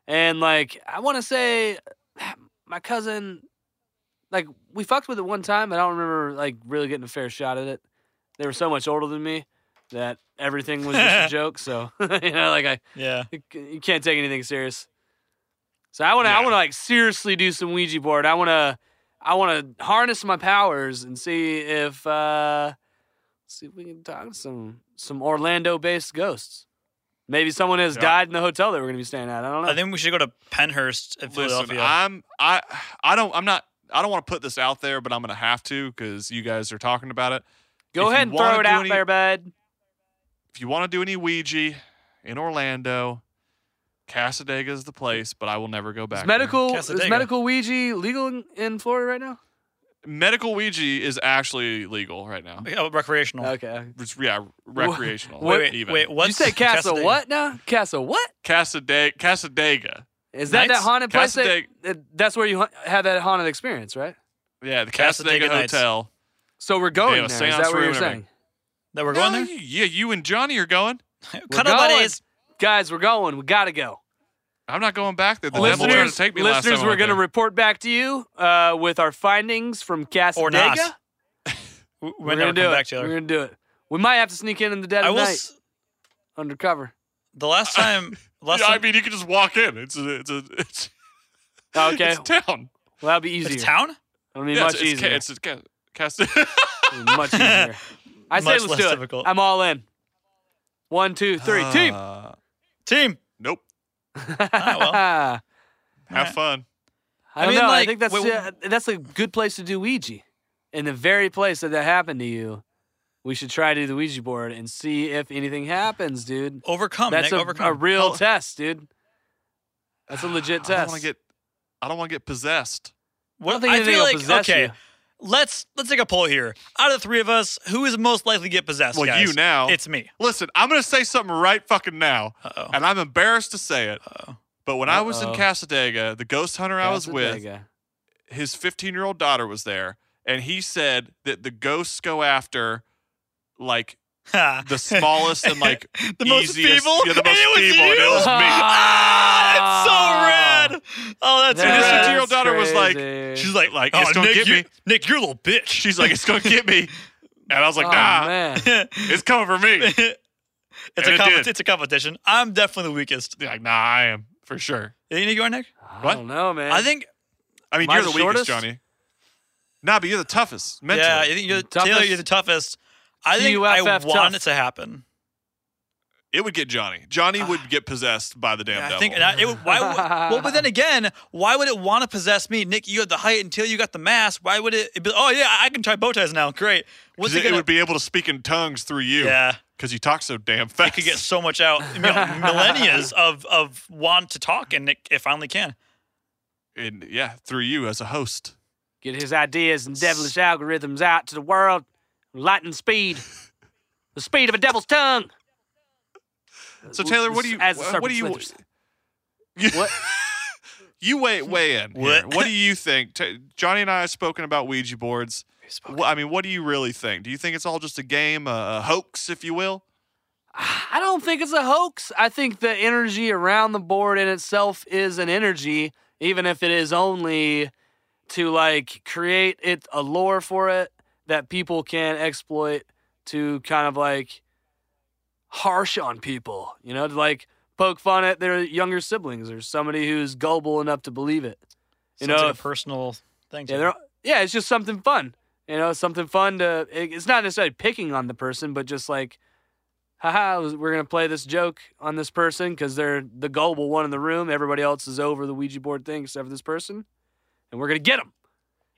and like I want to say, [SIGHS] my cousin, like we fucked with it one time. but I don't remember like really getting a fair shot at it. They were so much older than me that everything was just a [LAUGHS] joke. So [LAUGHS] you know, like I Yeah. you c- you can't take anything serious. So I want to, I Yeah. want to like seriously do some Ouija board. I want to, I want to harness my powers and see if, uh see if we can talk to some some Orlando-based ghosts. Maybe someone has Yeah. died in the hotel that we're gonna be staying at. I don't know. I think we should go to Penhurst in Philadelphia. Listen, I'm I I don't I'm not I don't want to put this out there, but I'm gonna have to because you guys are talking about it. Go if ahead you and throw wanna it do out any- there, bud. If you want to do any Ouija in Orlando, Casadega is the place, but I will never go back. Is there. medical is Casadega. medical Ouija legal in, in Florida right now? medical Ouija is actually legal right now. Yeah, but recreational. Okay. It's, yeah, recreational. what- Wait, wait, even. wait, you what's said Casa Casadega? what now? Casa what? Casadega, Casadega. Is that Nights? that haunted place? That, Casadega- that- that's where you ha- have that haunted experience, right? Yeah, the Casadega Casadega, Nights. Hotel. So we're They going have a there. Is seance that what room you're and saying? That we're No, going there? you- Yeah, you and Johnny are going. We're Cut up, going. buddies. Guys, we're going. We gotta go. I'm not going back there. The devil listeners, tried to take me last time. listeners, I we're went gonna there. report back to you uh, with our findings from Casadega. Or not. [LAUGHS] We- We're We're gonna never do come it. back together. We're gonna do it. We might have to sneak in in the dead I of will. night s- undercover. The last [LAUGHS] time, last Yeah, I time, mean, you can just walk in. It's a, it's a, it's, Oh, Okay, it's town. well that'll be easier. it's town. It'll be Yeah, much it's, it's ca- easier. It's, ca- cast. [LAUGHS] It'll be much easier. I say Much let's less do it. difficult. I'm all in. One, two, three. Team. Uh, Team. nope. well. [LAUGHS] I Have Alright. fun. don't mean, know. I like, think that's wait, uh, that's a good place to do Ouija. In the very place that that happened to you, we should try to do the Ouija board and see if anything happens, dude. Overcome. That's Nick, a, overcome. a real Hell- test, dude. That's a legit I don't test. want to get. I don't want to get possessed. What, don't think anything will possess okay. you. Let's let's take a poll here. Out of the three of us, who is most likely to get possessed? Well, guys? you now. It's me. [LAUGHS] Listen, I'm gonna say something right fucking now, Uh-oh. and I'm embarrassed to say it. Uh-oh. But when I was in Uh-oh. Casadega, the ghost hunter I was with, Casadega. his 15 year old daughter was there, and he said that the ghosts go after like Ha. [LAUGHS] the smallest and like The most easiest, feeble? yeah, the And most it was feeble, and you? it was me. Ah, rad. Oh, that's That Ah. That's And his rad. 15 year old daughter was like, crazy. she's like, like Oh, it's gonna Nick, get you- me. Nick, you're a little bitch. She's like, it's gonna [LAUGHS] [LAUGHS] get me. And I was like, oh, nah, man. it's coming for me. it's And a it comp- did. it's a competition. I'm definitely the weakest. They're like, nah, I am for sure. You think you are Nick? I don't know, man. I think. I mean, Am I you're the the, shortest? weakest, Johnny. Nah, but you're the toughest mentally. Yeah, I think you're the Toughest? Taylor. You're the toughest. I think I TUFF want tough. it to happen. it would get Johnny. Johnny would get possessed by the damn Yeah, devil. I think and I, it would. Why would, well, but then again, why would it want to possess me, Nick? You had the height until you got the mass. Why would it? it'd be, oh yeah, I can try bow ties now. Great. 'Cause What's it, it would be able to speak in tongues through you. Yeah. because you talk so damn fast. I could get so much out. You know, millennias of of want to talk, and Nick it finally can. [LAUGHS] and yeah, through you as a host. Get his ideas and devilish algorithms out to the world. Lightning speed. The speed of a devil's tongue. So Taylor, what do you? As the what do you? serpent slithers. you- What? [LAUGHS] You weigh weigh in. What? What? what do you think? T- Johnny and I have spoken about Ouija boards. Wh- I mean, what do you really think? Do you think it's all just a game, a, a hoax, if you will? I don't think it's a hoax. I think the energy around the board in itself is an energy, even if it is only to like create it a lore for it that people can exploit to kind of like harsh on people, you know, to like poke fun at their younger siblings or somebody who's gullible enough to believe it. You Sounds know, like a if- personal thing. to yeah, me. they're, yeah, it's just something fun. You know, something fun to. it- It's not necessarily picking on the person, but just like, haha, we're gonna play this joke on this person because they're the gullible one in the room. Everybody else is over the Ouija board thing except for this person, and we're gonna get them.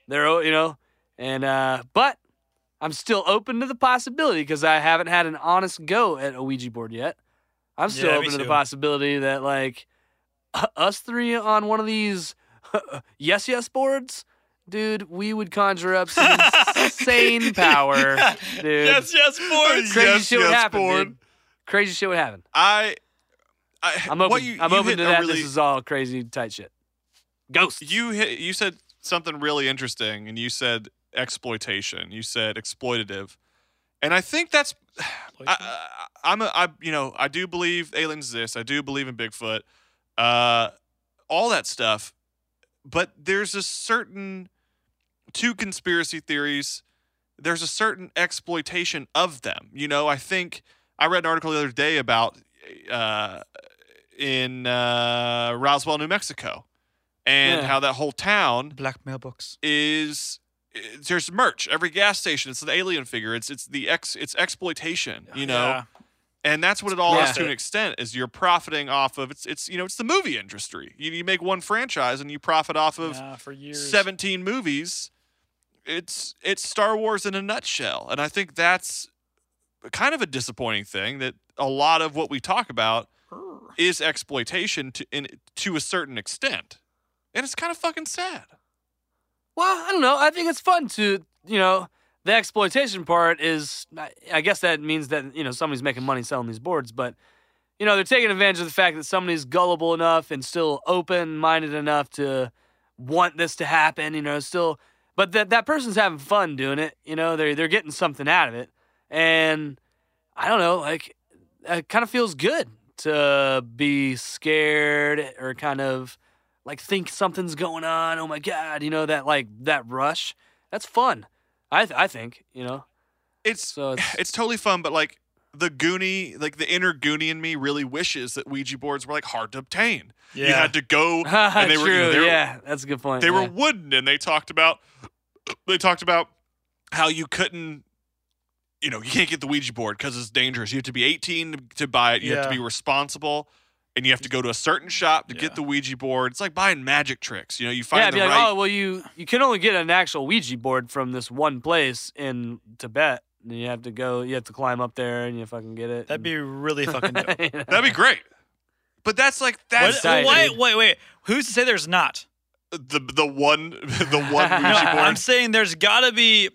They're, o- you know, and uh, but I'm still open to the possibility because I haven't had an honest go at a Ouija board yet. I'm still Yeah, me open to the too. possibility that like us three on one of these [LAUGHS] yes yes boards, dude, we would conjure up some [LAUGHS] [LAUGHS] insane power, dude. Yes, yes, boards. Crazy yes, shit would yes happen, board. dude. Crazy shit would happen. I, I I'm what open. you- I'm you open hit to a that. really- This is all crazy tight shit. Ghosts. you hit, you said something really interesting and you said exploitation you said exploitative and i think that's [SIGHS] I, I, i'm a i you know i do believe aliens exist i do believe in bigfoot uh all that stuff but there's a certain two conspiracy theories there's a certain exploitation of them you know i think i read an article the other day about uh in uh roswell new mexico and Yeah. how that whole town Black mailbox. is it's- there's merch every gas station it's an alien figure it's it's the ex it's exploitation you know Yeah. and that's what it all is profit. to an extent is you're profiting off of it's it's you know it's the movie industry you, you make one franchise and you profit off of Yeah, for years. 17 movies it's it's star wars in a nutshell and i think that's kind of a disappointing thing that a lot of what we talk about is exploitation to in to a certain extent and it's kind of fucking sad Well, I don't know. I think it's fun to, you know, the exploitation part is, I- I guess that means that, you know, somebody's making money selling these boards, but, you know, they're taking advantage of the fact that somebody's gullible enough and still open minded enough to want this to happen, you know, still, but that, that person's having fun doing it, you know, they're, they're getting something out of it. And I don't know, like, it kind of feels good to be scared or kind of, like think something's going on. Oh my god, you know that like that rush. That's fun. I th- I think you know. it's So [LAUGHS] it's, [LAUGHS] it's totally fun, but like the Goonie, like the inner Goonie in me really wishes that Ouija boards were like hard to obtain. You Yeah. had [LAUGHS] to go Haha, and they Ah, true. were you know, they were, yeah, that's a good point. they were yeah. wooden and they talked about they talked about how you couldn't you know, you can't get the Ouija board because it's dangerous. You have to be 18 to, to buy it. You have to Yeah. be responsible, and you have to go to a certain shop to Yeah. get the Ouija board. It's like buying magic tricks. You know, you find yeah, the be like, right. oh well, you you can only get an actual Ouija board from this one place in Tibet. And you have to go. You have to climb up there, and [LAUGHS] you fucking get it. That'd be really fucking dope. You know? That'd be great. But that's like What, that's Excited. wait, wait, wait. Who's to say there's not? the the one [LAUGHS] the one No, Ouija board. I'm saying there's gotta be.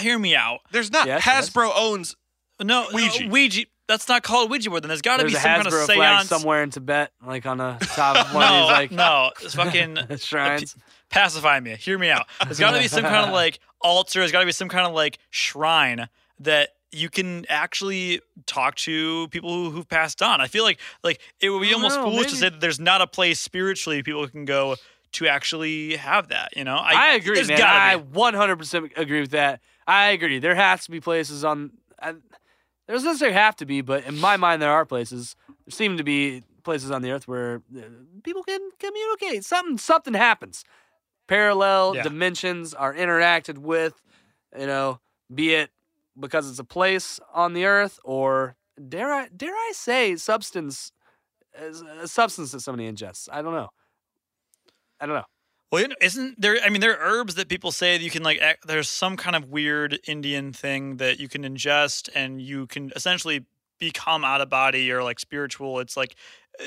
Hear me out. There's not. Yeah, that's- Hasbro owns. No, uh, Ouija. Ouija. That's not called Ouija board. Then there's got to There's be a some Hasbro kind of flag seance. somewhere in Tibet, like on [LAUGHS] the top of No, one of these like no, [LAUGHS] it's fucking shrines. pacify me. Hear me out. There's got to be some kind of like altar. There's got to be some kind of like shrine that you can actually talk to people who, who've passed on. I feel like like it would be almost know, foolish to maybe- say that there's not a place spiritually people can go to actually have that. You know, I, agree, there's man. gotta I be. 100% agree with that. I agree. There has to be places on. I, there doesn't necessarily have to be, but in my mind, there are places. There seem to be places on the earth where uh, people can communicate. Something something happens. Parallel Yeah. dimensions are interacted with, you know, be it because it's a place on the earth or dare I dare I say substance, a substance that somebody ingests. I don't know. I don't know. Well, you know, isn't there? I mean, there are herbs that people say that you can like. act- There's some kind of weird Indian thing that you can ingest, and you can essentially become out of body or like spiritual. It's like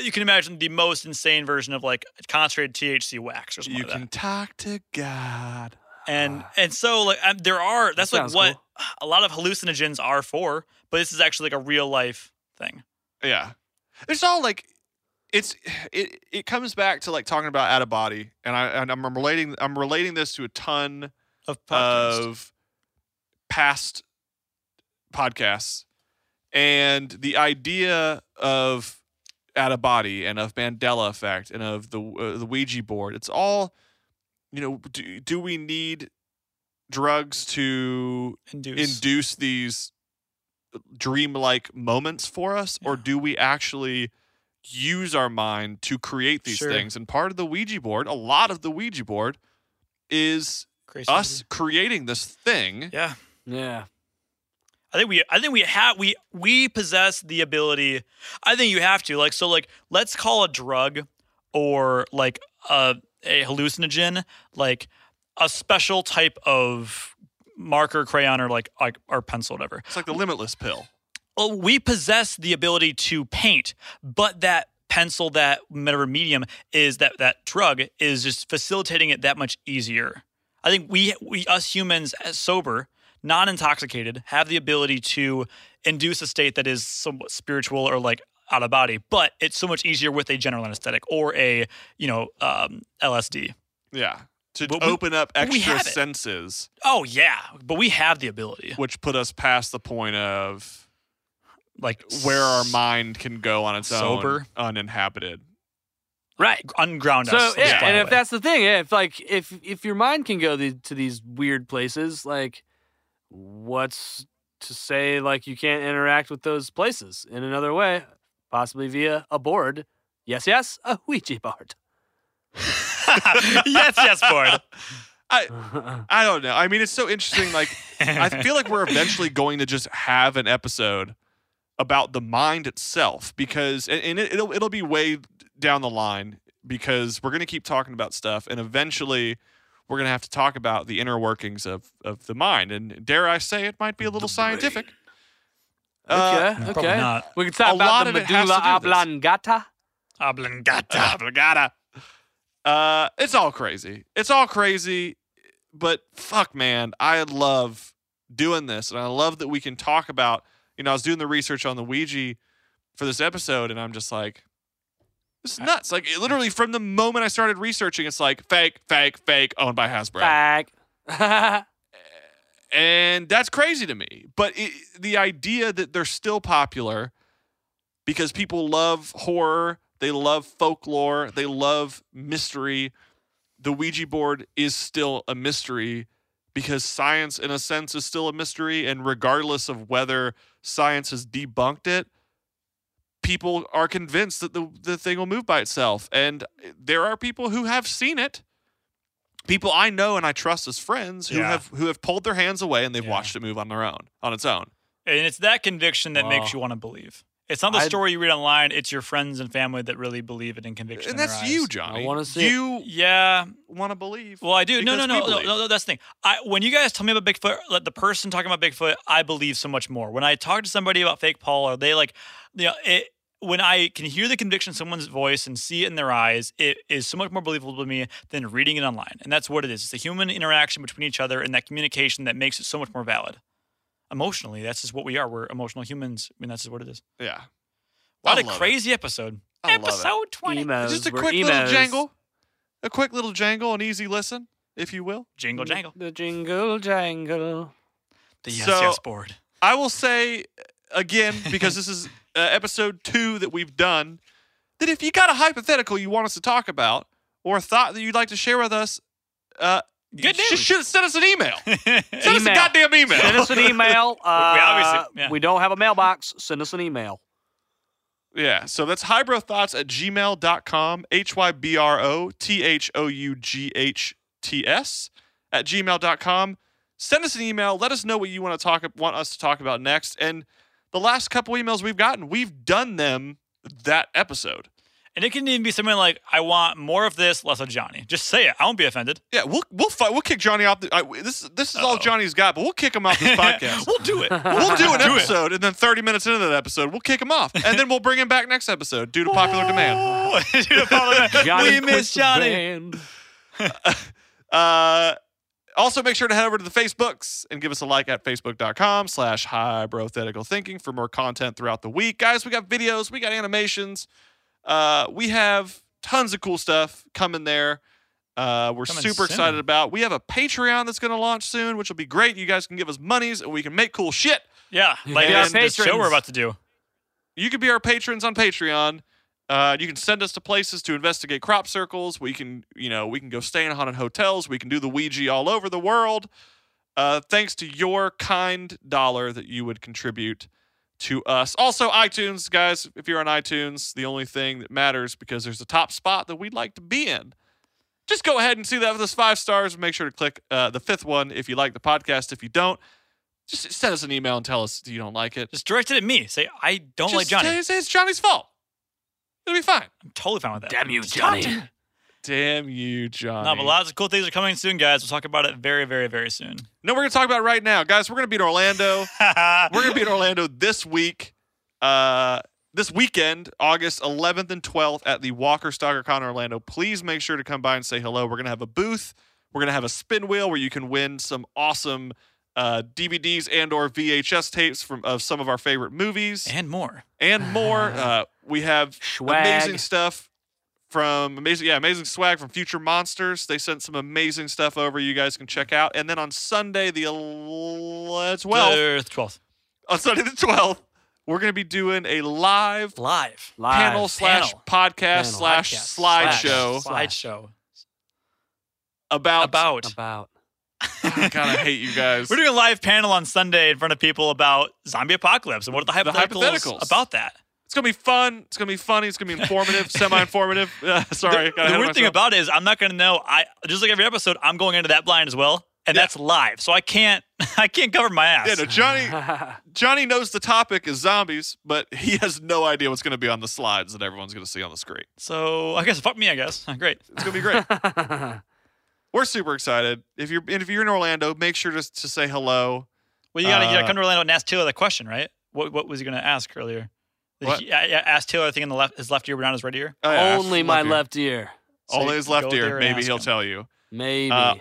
you can imagine the most insane version of like concentrated THC wax or something. You like that. can talk to God. and and so like um, there are. That's ah. That like sounds what a lot of hallucinogens are for, but this is actually like a real life thing. Yeah. It's all like it's [SIGHS] it it comes back to like talking about out of body and I and I'm relating I'm relating this to a ton Of Uh, podcasts. of past podcasts and the idea of out of body and of Mandela effect and of the uh, the Ouija board. It's all you know. Do, do we need drugs to induce. induce these dreamlike moments for us, or do we actually? Use our mind to create these Sure. things. And part of the Ouija board, a lot of the Ouija board, is Crazy. us creating this thing. Yeah. Yeah. I think we I think we have we we possess the ability. I think you have to like so like let's call a drug or like a a hallucinogen like a special type of marker crayon or like like or pencil whatever. It's like the limitless pill. Oh, we possess the ability to paint, but that pencil that whatever medium is that that drug is just facilitating it that much easier. I think we we us humans as sober, non intoxicated, have the ability to induce a state that is somewhat spiritual or like out of body, but it's so much easier with a general anesthetic or a you know um, LSD. Yeah. To But we- open up but we extra have it. senses, Oh yeah, but we have the ability. which put us past the point of Like where our mind can go on its Sober. own, uninhabited. right unground So us. yeah, Fly and if away. that's the thing, yeah, if like if if your mind can go the, to these weird places, like what's to say like you can't interact with those places in another way, possibly via a board? Yes, yes, a Ouija [LAUGHS] board. [LAUGHS] yes, yes, board. I don't know. I mean, it's so interesting. Like, [LAUGHS] I feel like we're eventually going to just have an episode about the mind itself because, and, and it, it'll it'll be way down the line because we're gonna keep talking about stuff, and eventually we're gonna have to talk about the inner workings of of the mind. And dare I say, it might be a little scientific. Uh, okay, Probably okay. not. We can A talk lot about the of it has medulla to do with this. oblongata. [LAUGHS] Oblongata. Obrigada. Uh, it's all crazy. It's all crazy, but fuck, man, I love doing this, and I love that we can talk about. You know, I was doing the research on the Ouija for this episode, and I'm just like, this is nuts. Like, it, literally, from the moment I started researching, it's like fake, fake, fake, owned by Hasbro, Bag. [LAUGHS] and that's crazy to me. But it, the idea that they're still popular because people love horror, they love folklore, they love mystery. The Ouija board is still a mystery because science, in a sense, is still a mystery. And regardless of whether science has debunked it, people are convinced that the, the thing will move by itself. And there are people who have seen it. People I know and I trust as friends who Yeah. have who have pulled their hands away and they've Yeah. watched it move on their own, on its own. And it's that conviction that Wow. makes you want to believe. It's not the I- story you read online. It's your friends and family that really believe it in conviction. And in their that's eyes. you, Johnny. wanna see it. You Yeah. want to believe. Well, I do. No, no, Because no, we no, believe. no, no. That's the thing. I, when you guys tell me about Bigfoot, like the person talking about Bigfoot, I believe so much more. When I talk to somebody about fake Paul, or they like, you know, it, when I can hear the conviction in someone's voice and see it in their eyes, it is so much more believable to me than reading it online. And that's what it is. It's the human interaction between each other and that communication that makes it so much more valid. Emotionally, that's just what we are. We're emotional humans. I mean, that's just what it is. yeah. I What a love it. crazy episode. I love it. episode 20. Emos. Just a We're quick emos. little jangle. A quick little jangle, an easy listen, if you will. Jingle jangle. The jingle jangle. The yes, [LAUGHS] So- yes board. I will say uh, again because [LAUGHS] this is uh, episode two that we've done that if you got a hypothetical you want us to talk about or a thought that you'd like to share with us, uh, Good you news. should send us [LAUGHS] an email. Send us a Email. goddamn email. Send us an email. Uh, obviously- yeah. we don't have a mailbox. Send us an email. Yeah, so that's hybrothots at gmail.com, H Y B R O T H O U G H T S at gmail.com. Send us an email. Let us know what you want to talk want us to talk about next. And the last couple emails we've gotten, we've done them that episode. And it can even be something like, I want more of this, less of Johnny. Just say it. I won't be offended. Yeah, we'll we'll fight. We'll kick Johnny off. The, I, this this is all Uh-oh. Johnny's got, but we'll kick him off [LAUGHS] [LAUGHS] this podcast. we'll do it. we'll [LAUGHS] do an Do it. episode, and then thirty minutes into that episode, we'll kick him off, and then we'll bring him back next episode due to popular demand. [LAUGHS] Dude, [LAUGHS] apologize. we quit miss the Johnny. band. Uh, also, make sure to head over to the Facebooks and give us a like at facebook.com slash hypothetical thinking for more content throughout the week. Guys, we got videos, we got animations, uh, we have tons of cool stuff coming there. Uh, we're Coming super soon. excited about. We have a Patreon that's going to launch soon, which will be great. You guys can give us monies and we can make cool shit. Yeah, like Yeah, this, this show patrons. we're about to do. You can be our patrons on Patreon. Uh, you can send us to places to investigate crop circles. We can, you know, we can go stay in haunted hotels. We can do the Ouija all over the world. Uh, thanks to your kind dollar that you would contribute to us. Also, iTunes, guys, if you're on iTunes, the only thing that matters because there's a top spot that we'd like to be in. Just go ahead and see that with us five stars. Make sure to click uh, the fifth one if you like the podcast. If you don't, just send us an email and tell us you don't like it. Just direct it at me. Say, I don't like Just Johnny. say- say it's Johnny's fault. It'll be fine. I'm totally fine with that. Damn you, Johnny. Damn you, Johnny. No, but lots of cool things are coming soon, guys. We'll talk about it very, very, very soon. No, we're gonna talk about it right now, guys. We're gonna be [LAUGHS] in Orlando. we're gonna be in Orlando this week. Uh, this weekend, August 11th and 12th at the Walker Stalker Con in Orlando. Please make sure to come by and say hello. We're gonna have a booth. We're gonna have a spin wheel where you can win some awesome uh, DVDs and or VHS tapes from of some of our favorite movies. and more. and more. Ah. Uh, we have Swag. amazing stuff from amazing, yeah, amazing swag from Future Monsters. They sent some amazing stuff over. You guys can check out. And then on Sunday the twelfth, Thir- 12th. on Sunday the twelfth, we're gonna be doing a live, Live. Live. panel slash Panel. podcast Panel. slash Podcast. slideshow Slash. Slideshow. about. About. [LAUGHS] About. God, [LAUGHS] I hate you guys. We're doing a live panel on Sunday in front of people about zombie apocalypse and what are the The hypotheticals, hypotheticals. about that. It's gonna be fun. It's gonna be funny. It's gonna [LAUGHS] be informative, semi-informative. [LAUGHS] Uh, sorry, the, the weird thing about it is I'm not going to know. I just like every episode, I'm going into that blind as well, and Yeah. that's live, so I can't [LAUGHS] I can't cover my ass. yeah, no, Johnny. [LAUGHS] Johnny knows the topic is zombies, but [LAUGHS] he has no idea what's going to be on the slides that everyone's going to see on the screen. So I guess fuck me. I guess [LAUGHS] great. It's going to be great. We're super excited. If you're and if you're in Orlando, make sure to, to say hello. Well, you gotta, you Uh, gotta come to Orlando and ask Taylor that question, right? What what was he gonna ask earlier? Did What? He, I, I asked Taylor, I think in the left his left ear, but not his right ear. Oh, yeah, Only his my ear. left ear. So Only you his can left go there ear. and Maybe ask he'll him. tell you. Maybe. Uh,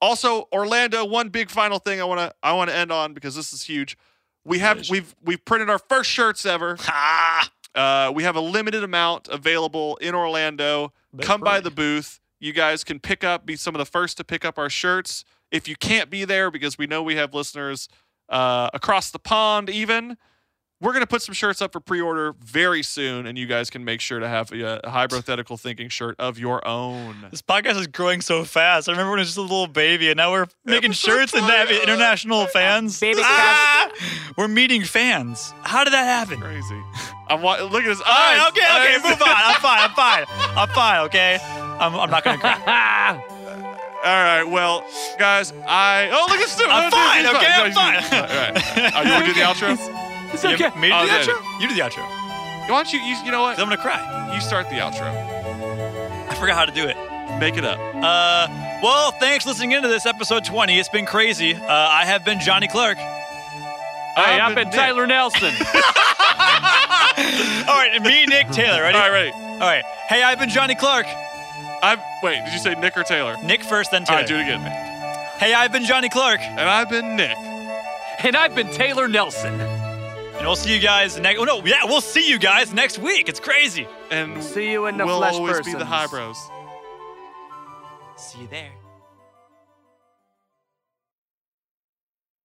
Also, Orlando. One big final thing I want to I want to end on because this is huge. We have we've we've printed our first [LAUGHS] shirts ever. Ah, Uh, we have a limited amount available in Orlando. That's Come by right. the booth. You guys can pick up, be some of the first to pick up our shirts. If you can't be there, because we know we have listeners uh, across the pond, even, we're going to put some shirts up for pre order very soon, and you guys can make sure to have uh, a, a hypothetical thinking shirt of your own. This podcast is growing so fast. I remember when it was just a little baby, and now we're making shirts and having international fans. Baby ah, [LAUGHS] we're meeting fans. How did that happen? All Crazy. I'm wa- look at his eyes. right, okay, okay, Eyes. move on. I'm fine. I'm fine. I'm fine. Okay, I'm, I'm not gonna cry. Ah! All right, well, guys, I. Oh, look at Stu. I'm Oh, [LAUGHS] dude, fine, he's okay, I'm he's fine. All right. Oh, you want to do the [LAUGHS] outro? it's You okay. me do Oh, the there. outro. You do the outro. 'Cause Why don't you, you, you know what? I'm gonna cry. You start the outro. I forgot how to do it. Make it up. Uh, well, thanks for listening into this episode 20. It's been crazy. Uh, I have been Johnny Clark. Hey, I've I've been been Tyler Nelson. All right, and [LAUGHS] me, Nick Taylor. Ready? All right, ready. All right. Hey, I've been Johnny Clark. I've wait. Did you say Nick or Taylor? Nick first, then All Taylor. right, do it again. hey, I've been Johnny Clark, and And I've been Nick. [LAUGHS] and I've been Taylor Nelson. we'll see you guys next. Oh, no, yeah, we'll see you guys next week. It's crazy. And See you in the we'll flesh always be the persons. high bros. See you there.